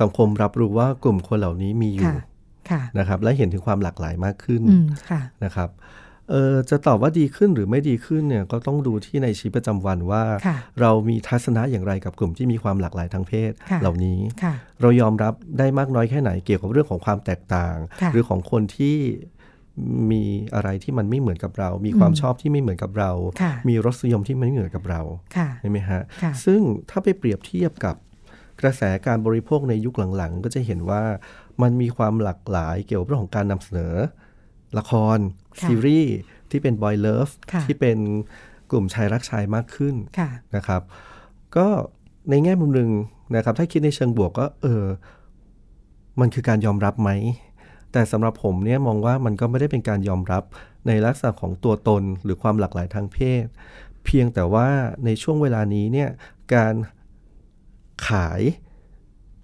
สังคมรับรู้ว่ากลุ่มคนเหล่านี้มีอยู่ ค่ะ ค่ะ นะครับและเห็นถึงความหลากหลายมากขึ้น อืม ค่ะ นะครับเออจะตอบว่าดีขึ้นหรือไม่ดีขึ้นเนี่ยก็ต้องดูที่ในชีวิตประจำวันว่า ค่ะ เรามีทัศนะอย่างไรกับกลุ่มที่มีความหลากหลายทางเพศ ค่ะ เหล่านี้ ค่ะ เรายอมรับได้มากน้อยแค่ไหนเกี่ยวกับเรื่องของความแตกต่าง ค่ะ หรือของคนที่มีอะไรที่มันไม่เหมือนกับเรา มีความ อืม ชอบที่ไม่เหมือนกับเรา ค่ะ มีรสนิยมที่ไม่เหมือนกับเรา ค่ะ ใช่ไหมฮะ ค่ะ ซึ่งถ้าไปเปรียบเทียบกับกระแสการบริโภคในยุคหลังๆ ก็จะเห็นว่ามันมีความหลากหลายเกี่ยวกับเรื่องของการนำเสนอ ละคร ค่ะ ซีรีส์ที่เป็นบอยเลิฟ ค่ะ ที่เป็นกลุ่มชายรักชายมากขึ้น ค่ะ นะครับก็ในแง่มุมหนึ่งนะครับถ้าคิดในเชิงบวกก็เออมันคือการยอมรับไหม แต่สำหรับผมเนี่ยมองว่ามันก็ไม่ได้เป็นการยอมรับในลักษณะของตัวตนหรือความหลากหลายทางเพศ เพียงแต่ว่าในช่วงเวลานี้เนี่ยการขาย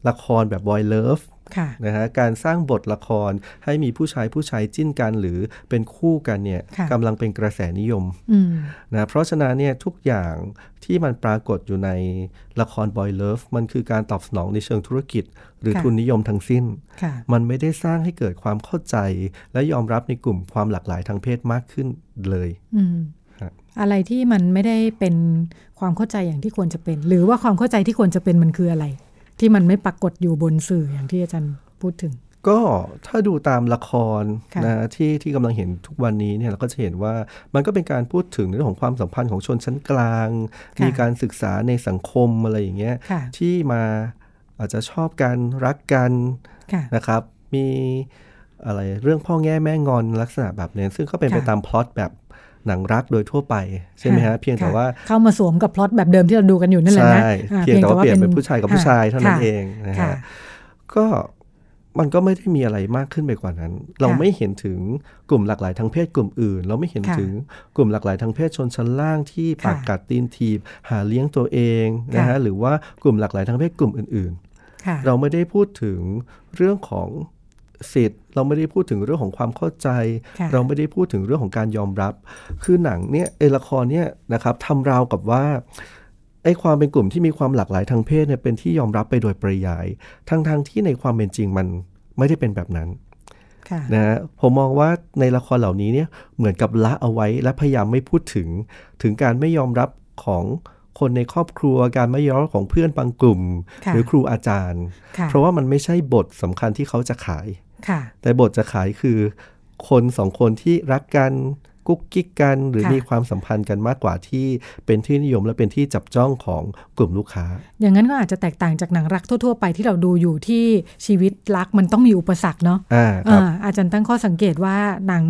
ละครแบบ boy love ค่ะ นะฮะการสร้างบทละครให้มีผู้ชายผู้ชายจิ้นกันหรือเป็นคู่กันเนี่ย ค่ะ กำลังเป็นกระแสนิยม อืม นะเพราะฉะนั้นเนี่ยทุกอย่างที่มันปรากฏอยู่ในละคร Boy Love มันคือการตอบสนองในเชิงธุรกิจ หรือ ค่ะ ทุนนิยมทั้งสิ้น ค่ะ มันไม่ได้สร้างให้เกิดความเข้าใจ และยอมรับในกลุ่มความหลากหลายทางเพศมากขึ้นเลย อืม ครับ อะไรที่มันไม่ได้เป็นความเข้าใจอย่างที่ควรจะเป็น หรือว่าความเข้าใจที่ควรจะเป็นมันคืออะไร ที่มันไม่ปรากฏอยู่บนสื่ออย่างที่อาจารย์พูดถึง ก็ถ้าดูตามละคร ค่ะ นะที่ที่กำลังเห็นทุกวันนี้เนี่ยเราก็จะเห็นว่ามันก็เป็นการพูดถึงในเรื่องของความสัมพันธ์ของชนชั้นกลาง มีการศึกษาในสังคมอะไรอย่างเงี้ย ค่ะ ที่มาอาจจะชอบกันรักกัน ค่ะ นะครับ มีอะไรเรื่องพ่อแง่แม่งอนลักษณะแบบเนี้ยซึ่งก็เป็นไป ค่ะ ตามพล็อตแบบหนังรักโดยทั่วไปใช่ไหม ค่ะ ฮะเพียงแต่ว่า เข้ามาสวมกับพล็อตแบบเดิมที่เราดูกันอยู่นั่นแหละนะ ใช่ อ่า เพียงแต่ว่าเปลี่ยนเป็นผู้ชายกับผู้ชายเท่านั้น ค่ะ เองนะ ค่ะ ฮะ ก็มันก็ไม่ได้มีอะไรมากขึ้นไปกว่านั้น เราไม่เห็นถึงกลุ่มหลากหลายทางเพศกลุ่มอื่น เราไม่เห็น ค่ะ ถึงกลุ่มหลากหลายทางเพศชนชั้นล่างที่ ค่ะ ปากกัดตีนทีบหาเลี้ยงตัวเองนะ ค่ะ ฮะหรือว่ากลุ่มหลากหลายทางเพศกลุ่มอื่น ค่ะ ๆ เราไม่ได้พูดถึงเรื่องของสิทธิ์ เราไม่ได้พูดถึงเรื่องของความเข้าใจ ค่ะ เราไม่ได้พูดถึงเรื่องของการยอมรับ คือหนังเนี่ยเอยละครเนี่ยนะครับทำราวกับว่าไอ้ความเป็นกลุ่มที่มีความหลากหลายทางเพศเนี่ยเป็นที่ยอมรับไปโดยปริยาย ทั้งๆทที่ในความเป็นจริงมันไม่ได้เป็นแบบนั้น ค่ะ นะฮะผมมองว่าในละครเหล่านี้เนี่ยเหมือนกับละเอาไว้และพยายามไม่พูดถึง ถึงการไม่ยอมรับของคนในครอบครัว การไม่ยอมรับของเพื่อนบางกลุ่ม ค่ะ หรือครูอาจารย์ ค่ะ เพราะว่ามันไม่ใช่บทสำคัญที่เขาจะขาย ค่ะ แต่บทจะขายคือคนสองคนที่รักกันกุ๊กกิ๊กกันหรือ ค่ะ มีความสัมพันธ์กันมากกว่าที่เป็นที่นิยมและเป็นที่จับจ้องของกลุ่มลูกค้า อย่างนั้นก็อาจจะแตกต่างจากหนังรักทั่ว ๆ ไปที่เราดูอยู่ที่ชีวิตรักมันต้องมีอุปสรรคเนาะ อ่าครับ อ่าอาจารย์ตั้งข้อสังเกตว่าหนัง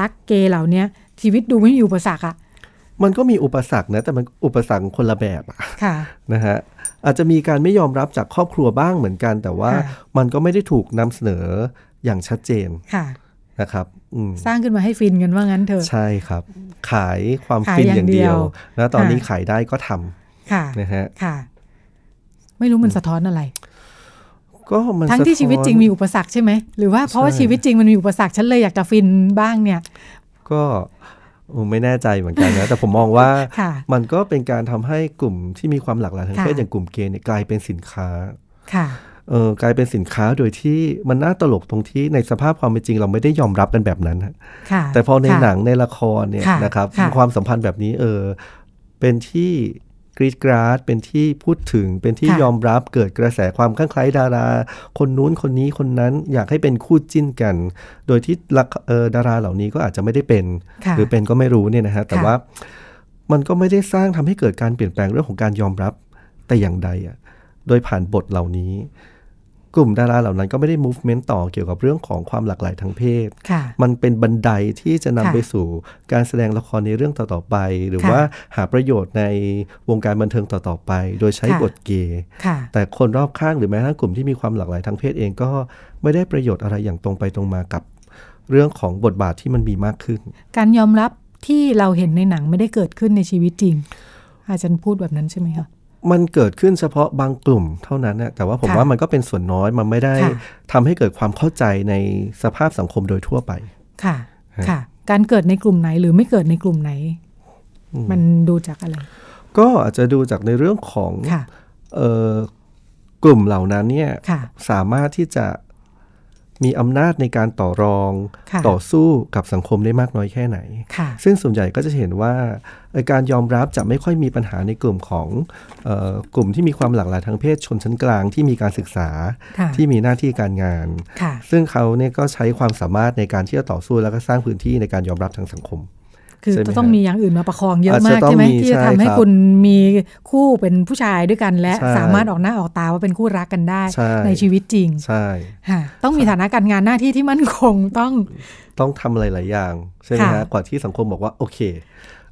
รักเกย์เหล่าเนี้ยชีวิตดูไม่มีอุปสรรคอะ มันก็มีอุปสรรคนะ แต่มันอุปสรรคคนละแบบอะ ค่ะ นะฮะอาจจะมีการไม่ยอมรับจากครอบครัวบ้างเหมือนกัน แต่ว่า ค่ะ มันก็ไม่ได้ถูกนำเสนออย่างชัดเจน ค่ะ นะครับอืม สร้างขึ้นมาให้ฟินกันว่างั้นเถอะ ใช่ครับ ขายความ ขาย ฟิน อย่าง อย่างเดียว เดียว นะตอน ค่ะ นี้ขายได้ก็ท ค่ะ ำนะฮะ ค่ะ ไม่รู้มันสะท้อนอะไร ก็มัน ทั้งที่ สะท้อน ชีวิตจริงมีอุปสรรคใช่ไหม หรือว่าเพราะว่า ใช่ ชีวิตจริงมันมีอุปสรรคฉันเลยอยากจะฟินบ้างเนี่ย ก็โอ้ไม่แน่ใจเหมือนกันนะ แต่ผมมองว่า ค่ะ มันก็เป็นการทำให้กลุ่มที่มีความหลากหลายทางเพศ ค่ะ อย่างกลุ่มเกย์เนี่ยกลายเป็นสินค้า ค่ะ เออกลายเป็นสินค้าโดยที่มันน่าตลกตรงที่ในสภาพความเป็นจริงเราไม่ได้ยอมรับกันแบบนั้นฮะ ค่ะ แต่พอใน ค่ะ หนังในละครเนี่ย ค่ะ นะครับ ค่ะ ความสัมพันธ์แบบนี้เออเป็นที่กรีดกราดเป็นที่พูดถึงเป็นที่ยอมรับเกิดกระแสความคลั่งไคล้ดารา คนนู้นคนนี้คนนั้นอยากให้เป็นคู่จิ้นกัน โดยที่ละเอ่อดาราเหล่านี้ก็อาจจะไม่ได้เป็น ค่ะ หรือเป็นก็ไม่รู้เนี่ยนะฮะแต่ ค่ะ ว่ามันก็ไม่ได้สร้างทำให้เกิดการเปลี่ยนแปลงเรื่องของการยอมรับแต่อย่างใดอะโดยผ่านบทเหล่านี้ กลุ่มดาราเหล่านั้นก็ไม่ได้ movement ต่อเกี่ยวกับเรื่องของความหลากหลายทางเพศ ค่ะ มันเป็นบันไดที่จะนำ ค่ะ ไปสู่การแสดงละครในเรื่องต่อๆไป หรือ ค่ะ ว่าหาประโยชน์ในวงการบันเทิงต่อๆไป โดยใช้ ค่ะ บทเกย์ ค่ะ แต่คนรอบข้างหรือแม้กระทั่งกลุ่มที่มีความหลากหลายทางเพศเองก็ไม่ได้ประโยชน์อะไรอย่างตรงไปตรงมากับ เรื่องของบทบาทที่มันมีมากขึ้น การยอมรับที่เราเห็นในหนังไม่ได้เกิดขึ้นในชีวิตจริง อาจารย์พูดแบบนั้นใช่ไหมคะ มันเกิดขึ้นเฉพาะบางกลุ่มเท่านั้นนะแต่ว่าผม ค่ะ ว่ามันก็เป็นส่วนน้อย มันไม่ได้ ค่ะ ทำให้เกิดความเข้าใจในสภาพสังคมโดยทั่วไป ค่ะ ฮะ ค่ะ การเกิดในกลุ่มไหนหรือไม่เกิดในกลุ่มไหน มันดูจากอะไร ก็อาจจะดูจากในเรื่องของ ค่ะ เอ่อกลุ่มเหล่านั้นเนี่ย ค่ะ สามารถที่จะมีอำนาจในการต่อรอง ค่ะ ต่อสู้กับสังคมได้มากน้อยแค่ไหน ค่ะ ซึ่งส่วนใหญ่ก็จะเห็นว่าเอ่อการยอมรับจะไม่ค่อยมีปัญหาในกลุ่มของเอ่อกลุ่มที่มีความหลากหลายทางเพศชนชั้นกลางที่มีการศึกษา ค่ะ ที่มีหน้าที่การงาน ค่ะ ซึ่งเขาเนี่ยก็ใช้ความสามารถในการที่จะต่อสู้แล้วก็สร้างพื้นที่ในการยอมรับทางสังคม คือ ใช่ไหม จะต้องมีอย่างอื่นมาประคองเยอะ อาจจะ มาก ต้อง ใช่ไหม มี ที่จะ ใช่ ทำให้ ครับ คุณมีคู่เป็นผู้ชายด้วยกัน และ ใช่ สามารถออกหน้าออกตาว่าเป็นคู่รักกันได้ ใช่ ในชีวิตจริง ใช่ ค่ะต้องมีฐานะการงานหน้าที่ที่มั่นคงต้อง ต้องทำอะไรหลายอย่าง ใช่ไหม ค่ะ ฮะกว่าที่สังคมบอกว่าโอเค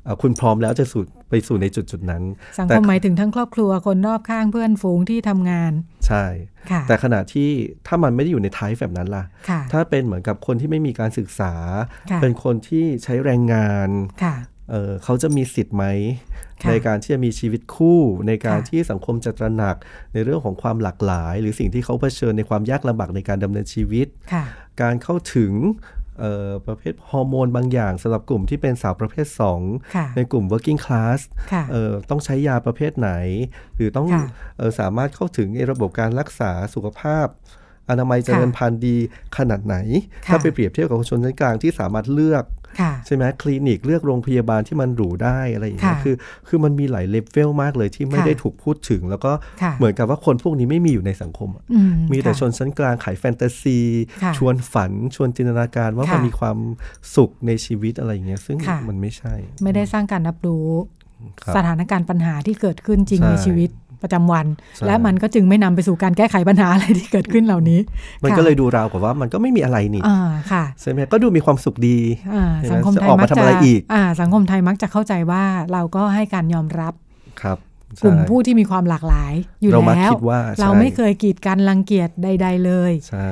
เอ่อคุณพร้อมแล้วจะสู่ไปสู่ในจุดจุดๆนั้น สัง แต่ คมหมายถึงทั้งครอบครัวคนรอบข้างเพื่อนฝูงที่ทำงาน ใช่ ค่ะ แต่ขณะที่ถ้ามันไม่ได้อยู่ในท้ายแบบนั้นล่ะ ค่ะ ถ้าเป็นเหมือนกับคนที่ไม่มีการศึกษา ค่ะ เป็นคนที่ใช้แรงงาน ค่ะ เอ่อเขาจะมีสิทธิ์ไหม ค่ะ ในการที่จะมีชีวิตคู่ ในการ ค่ะ ที่สังคมจะตระหนักในเรื่องของความหลากหลาย หรือสิ่งที่เขาเผชิญในความยากลำบากในการดำเนินชีวิต ค่ะ การเข้าถึงเอ่อประเภทฮอร์โมนบางอย่างสำหรับกลุ่มที่เป็นสาวประเภท ค่ะ 2 ในกลุ่ม working class ค่ะ เอ่อต้องใช้ยาประเภทไหน หรือต้อง ค่ะ เอ่อสามารถเข้าถึงไอ้ระบบการรักษาสุขภาพ อนามัยเจริญพันธุ์ดีขนาดไหน ค่ะ ถ้าไปเปรียบเทียบกับคนชนชั้นกลางที่สามารถเลือก ค่ะ ใช่ไหมคลินิกเลือกโรงพยาบาลที่มันหรูได้อะไรอย่างเงี้ย ค่ะ คือคือมันมีหลายเลเวลมากเลยที่ไม่ ค่ะ ได้ถูกพูดถึง แล้วก็ ค่ะ เหมือนกับว่าคนพวกนี้ไม่มีอยู่ในสังคมอะ อื มีแต่ ค่ะ ชนชั้นกลางขายแฟนตาซี ค่ะ ชวนฝันชวนจินตนาการว่ามัน ค่ะ มีความสุขในชีวิตอะไรอย่างเงี้ยซึ่ง ค่ะ มันไม่ใช่ ไม่ได้สร้างการรับรู้ ครับ สถานการณ์ปัญหาที่เกิดขึ้นจริง ใช่ ในชีวิตประจำวัน ใช่ และมันก็จึงไม่นำไปสู่การแก้ไขปัญหาอะไรที่เกิดขึ้นเหล่านี้ มัน ค่ะ ก็เลยดูราวกับว่ามันก็ไม่มีอะไรนี่ อ่าค่ะ ใช่ไหมก็ดูมีความสุขดี อ่า เห็นไหม สังคมไท จะ ย ออก มั มาก ทำ จะ อะไรอีก อ่าสังคมไทยมักจะเข้าใจว่าเราก็ให้การยอมรับ ครับ กลุ่ม ใช่ ผู้ที่มีความหลากหลายอยู่ เรามา แล้ว คิดว่า เรา ใช่ ไม่เคยกีดกันรังเกียจใด ๆ เลย ใช่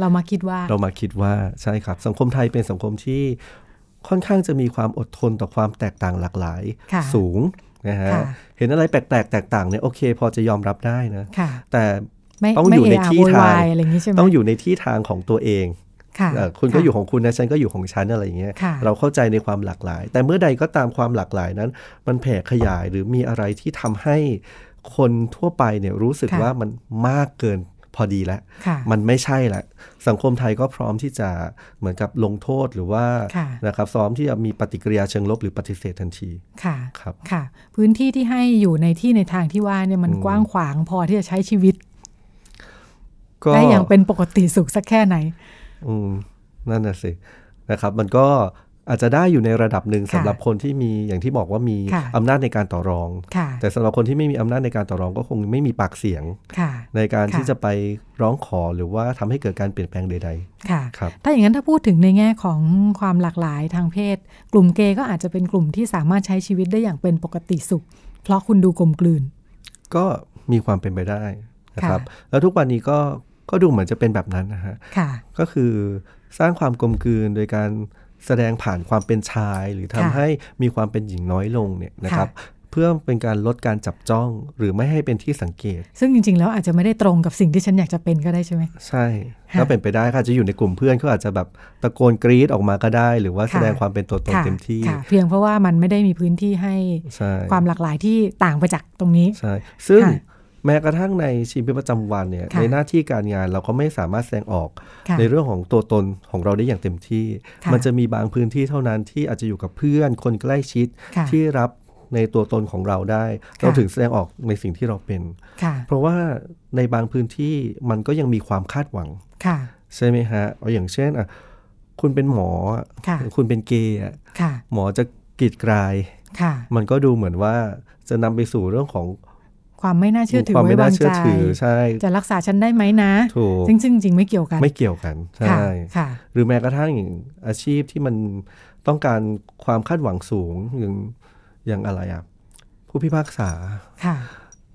เรามาคิดว่า เรามาคิดว่าใช่ครับ สังคมไทยเป็นสังคมที่ค่อนข้างจะมีความอดทนต่อความแตกต่างหลากหลาย ค่ะ สูงนะฮะ ค่ะ เห็นอะไรแปลกๆแตกต่างเนี่ยโอเค พอจะยอมรับได้นะ ค่ะ แต่ ไม่ ต้อง ไม่ อยู่ เอะ ใน อะ ที่ โวยวาย ทาง อะไรอย่างนี้ใช่ไหม ต้องอยู่ในที่ทางของตัวเอง ค่ะ เอ่อคุณก็ ะ อยู่ของคุณนะฉันก็อยู่ของฉันอะไรอย่างเงี้ย ค่ะ เราเข้าใจในความหลากหลาย แต่เมื่อใดก็ตามความหลากหลายนั้น มันแผ่ขยายหรือมีอะไรที่ทำให้คนทั่วไปเนี่ยรู้สึกว่ามันมากเกินพอดีแล้ว ค่ะ มันไม่ใช่ละสังคมไทยก็พร้อมที่จะเหมือนกับลงโทษหรือว่า ค่ะ นะครับซ้อมที่จะมีปฏิกิริยาเชิงลบหรือปฏิเสธทันที ค่ะ ครับ ค่ะ พื้นที่ที่ให้อยู่ในที่ในทางที่ว่าเนี่ยมันกว้างขวางพอที่จะใช้ชีวิต ก็ ได้อย่างเป็นปกติสุขสักแค่ไหน อืมนั่นน่ะสินะครับ มันก็อาจจะได้อยู่ในระดับหนึ่ง ค่ะ สำหรับคนที่มีอย่างที่บอกว่ามี ค่ะ อำนาจในการต่อรอง ค่ะ แต่สำหรับคนที่ไม่มีอำนาจในการต่อรองก็คงไม่มีปากเสียง ค่ะ ในการ ค่ะ ที่จะไปร้องขอหรือว่าทำให้เกิดการเปลี่ยนแปลงใด ค่ะ ๆ ครับ ถ้าอย่างนั้นถ้าพูดถึงในแง่ของความหลากหลายทางเพศ กลุ่มเกย์ก็อาจจะเป็นกลุ่มที่สามารถใช้ชีวิตได้อย่างเป็นปกติสุข เพราะคุณดูกลมกลืน ก็มีความเป็นไปได้นะครับ แล้วทุกวันนี้ก็ก็ดูเหมือนจะเป็นแบบนั้นนะฮะ ค่ะ ก็คือสร้างความกลมกลืนโดยการแสดงผ่านความเป็นชาย หรือทำ ค่ะ ให้มีความเป็นหญิงน้อยลงเนี่ยนะครับ ค่ะ เพื่อเป็นการลดการจับจ้องหรือไม่ให้เป็นที่สังเกต ซึ่งจริงๆ แล้วอาจจะไม่ได้ตรงกับสิ่งที่ฉันอยากจะเป็นก็ได้ใช่ไหม ใช่ ค่ะ ถ้าเป็นไปได้ค่ะจะอยู่ในกลุ่มเพื่อนเขาอาจจะแบบตะโกนกรี๊ดออกมาก็ได้ หรือว่า ค่ะ แสดงความเป็นตัวตน ค่ะ เต็มที่ ค่ะ เพียงเพราะว่ามันไม่ได้มีพื้นที่ให้ ใช่ ความหลากหลายที่ต่างไปจากตรงนี้ ใช่ซึ่ง ค่ะ แม้กระทั่งในชีวิตประจำวันเนี่ย ค่ะ ในหน้าที่การงานเราก็ไม่สามารถแสดงออก ค่ะ ในเรื่องของตัวตนของเราได้อย่างเต็มที่ ค่ะ มันจะมีบางพื้นที่เท่านั้นที่อาจจะอยู่กับเพื่อนคนใกล้ชิด ค่ะ ที่รับในตัวตนของเราได้ ค่ะ เราถึงแสดงออกในสิ่งที่เราเป็น ค่ะ เพราะว่าในบางพื้นที่มันก็ยังมีความคาดหวัง ค่ะ ใช่ไหมฮะเอาอย่างเช่นอ่ะคุณเป็นหมออ่ะ ค่ะ คุณเป็นเกย์อ่ะ ค่ะ หมอจะกรีดกราย ค่ะ มันก็ดูเหมือนว่าจะนำไปสู่เรื่องของ ความไม่น่าเชื่อถือ ความ ไว้ ไม่น่าว าง เชื่ ใจ อถือใช่ จะรักษาฉันได้ไหมนะ ถูก จริงๆจริงๆไม่เกี่ยวกัน ไม่เกี่ยวกันใช่ ค่ะค่ะ หรือแม้กระทั่งอย่างอาชีพที่มันต้องการความคาดหวังสูงอย่างอย่างอะไรอ่ะผู้พิพากษา ค่ะ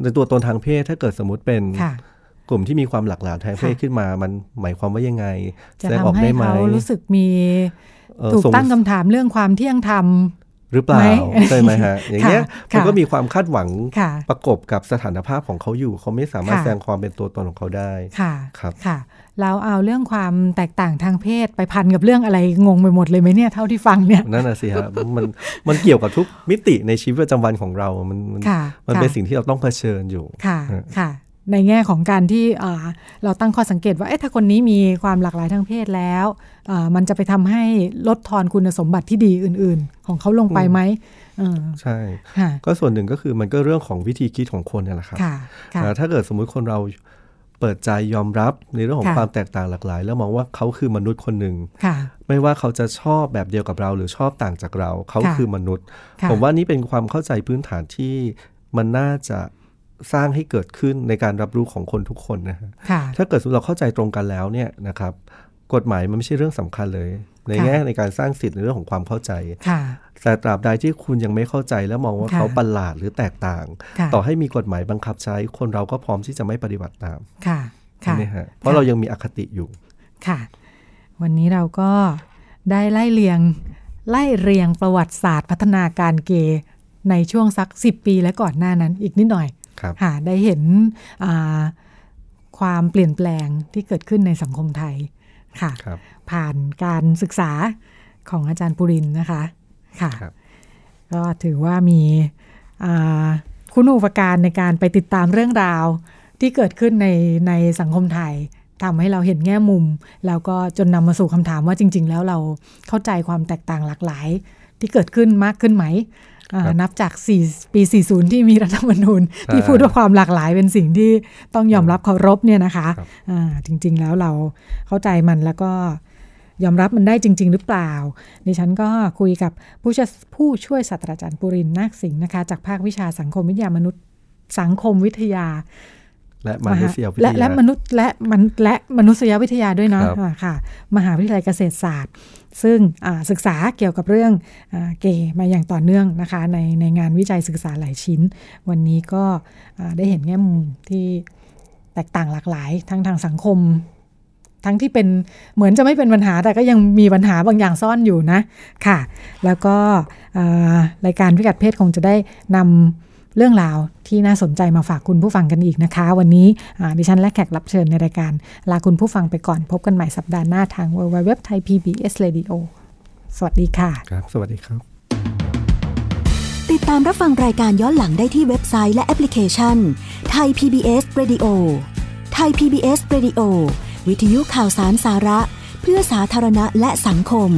ในตัวตนทางเพศถ้าเกิดสมมติเป็น ค่ะ กลุ่มที่มีความหลากหลายทางเพศ ค่ะ ขึ้นมา มันหมายความว่ายังไง จะ แสดงออ ทำ ก ให้ ได้ไหม เขารู้สึกมี เอ่อ ถูก ส่ ตั้งคำถามเรื่องความเที่ยงธรรม หรือเปล่า ไหม ใช่ไหมฮะ อย่างเงี้ย ค่ะ มันก็ ค่ะ มีความคาดหวัง ค่ะ ประกบกับสถานภาพของเขาอยู่ เขาไม่สามารถ ค่ะ แสดงความเป็นตัวตนของเขาได้ ค่ะ ครับ ค่ะ เราเอาเรื่องความแตกต่างทางเพศไปพันกับเรื่องอะไรงงไปหมดเลยไหมเนี่ยเท่าที่ฟังเนี่ย นั่นน่ะสิฮะ มันมันเกี่ยวกับทุกมิติในชีวิตประจำวันของเรา มันมัน ค่ะ มันเป็น ค่ะ สิ่งที่เราต้องเผชิญอยู่ ค่ะ ฮะ ค่ะ ในแง่ของการที่เอ่อเราตั้งข้อสังเกตว่า เอ๊ะถ้าคนนี้มีความหลากหลายทางเพศแล้วเอ่อมันจะไปทำให้ลดทอนคุณสมบัติที่ดีอื่น ๆ ของเขาลงไป อืม ไหมเออ ใช่ ค่ะ ก็ส่วนหนึ่งก็คือมันก็เรื่องของวิธีคิดของคนเนี่ยแหละครับ ค่ะ ค่ะ อ่าถ้าเกิดสมมุติคนเราเปิดใจยอมรับในเรื่องของ ค่ะ ความแตกต่างหลากหลาย แล้วมองว่าเขาคือมนุษย์คนหนึ่ง ค่ะ ไม่ว่าเขาจะชอบแบบเดียวกับเรา หรือชอบต่างจากเรา เขา ค่ะ คือมนุษย์ ค่ะ ผมว่านี่เป็นความเข้าใจพื้นฐานที่มันน่าจะสร้างให้เกิดขึ้นในการรับรู้ของคนทุกคนนะฮะ ค่ะ ถ้าเกิดสมมติเราเข้าใจตรงกันแล้วเนี่ยนะครับ กฎหมายมันไม่ใช่เรื่องสำคัญเลย ใน ค่ะ แง่ในการสร้างสิทธิ์ในเรื่องของความเข้าใจ ค่ะ แต่ตราบใดที่คุณยังไม่เข้าใจและมองว่า ค่ะ เขาประหลาดหรือแตกต่าง ค่ะ ต่อให้มีกฎหมายบังคับใช้คนเราก็พร้อมที่จะไม่ปฏิบัติตาม ค่ะ ใช่ไหมฮะเพราะเรายังมีอคติอยู่ ค่ะ วันนี้เราก็ได้ไล่เลียง ไล่เรียงประวัติศาสตร์พัฒนาการเกย์ในช่วงสัก 10 ปีและก่อนหน้านั้นอีกนิดหน่อย ครับ ค่ะได้เห็นอ่าความเปลี่ยนแปลงที่เกิดขึ้นในสังคมไทยค่ะ ครับ ผ่านการศึกษาของอาจารย์ปุรินทร์นะคะ ค่ะ ครับ ก็ถือว่ามีอ่าคุณอุปการในการไปติดตามเรื่องราว ที่เกิดขึ้นในในสังคมไทยทำให้เราเห็นแง่มุม แล้วก็จนนำมาสู่คำถามว่าจริง ๆ แล้วเราเข้าใจความแตกต่างหลากหลาย ที่เกิดขึ้นมากขึ้นไหมอ่า ครับ นับจาก4ปี 40 ที่มีรัฐธรรมนูญ ใช่ ที่พูดว่าความหลากหลายเป็นสิ่งที่ต้องยอมรับเคารพเนี่ยนะคะ ครับ อ่าจริง ๆ แล้วเราเข้าใจมันแล้วก็ ยอมรับมันได้จริง ๆ หรือเปล่า ดิฉันก็คุยกับผู้ช่วยผู้ช่วยศาสตราจารย์ปุรินทร์นาคสิงห์นะคะ จากภาควิชาสังคมวิทยามนุษย์สังคมวิทยา และมนุษยวิท และ ยา และมนุษย์และมันและมนุษยวิทยาด้วยเนาะ ครับ อ่าค่ะ มหาวิทยาลัยเกษตรศาสตร์ ซึ่งอ่าศึกษาเกี่ยวกับเรื่องอาเกย์มาอย่างต่อเนื่องนะคะ ในในงานวิจัยศึกษาหลายชิ้น วันนี้ก็อ่าได้เห็นแง่มุมที่แตกต่างหลากหลายทั้งทางสังคม ทั้งที่เป็นเหมือนจะไม่เป็นปัญหาแต่ก็ยังมีปัญหาบางอย่างซ่อนอยู่นะค่ะ แล้วก็เอ่อรายการพิกัดเพศคงจะได้นำเรื่องราวที่น่าสนใจมาฝากคุณผู้ฟังกันอีกนะคะ วันนี้อ่าดิฉันและแขกรับเชิญในรายการลาคุณผู้ฟังไปก่อนพบกันใหม่สัปดาห์หน้าทาง w w w t h a i p b s r a d i o สวัสดีค่ะ ครับ สวัสดีครับ ติดตามรับฟังรายการย้อนหลังได้ที่เว็บไซต์และแอปพลิเคชันไทย PBS Radio ไทย PBS Radio วิทยุข่าวสารสาระ เพื่อสาธารณะและสังคม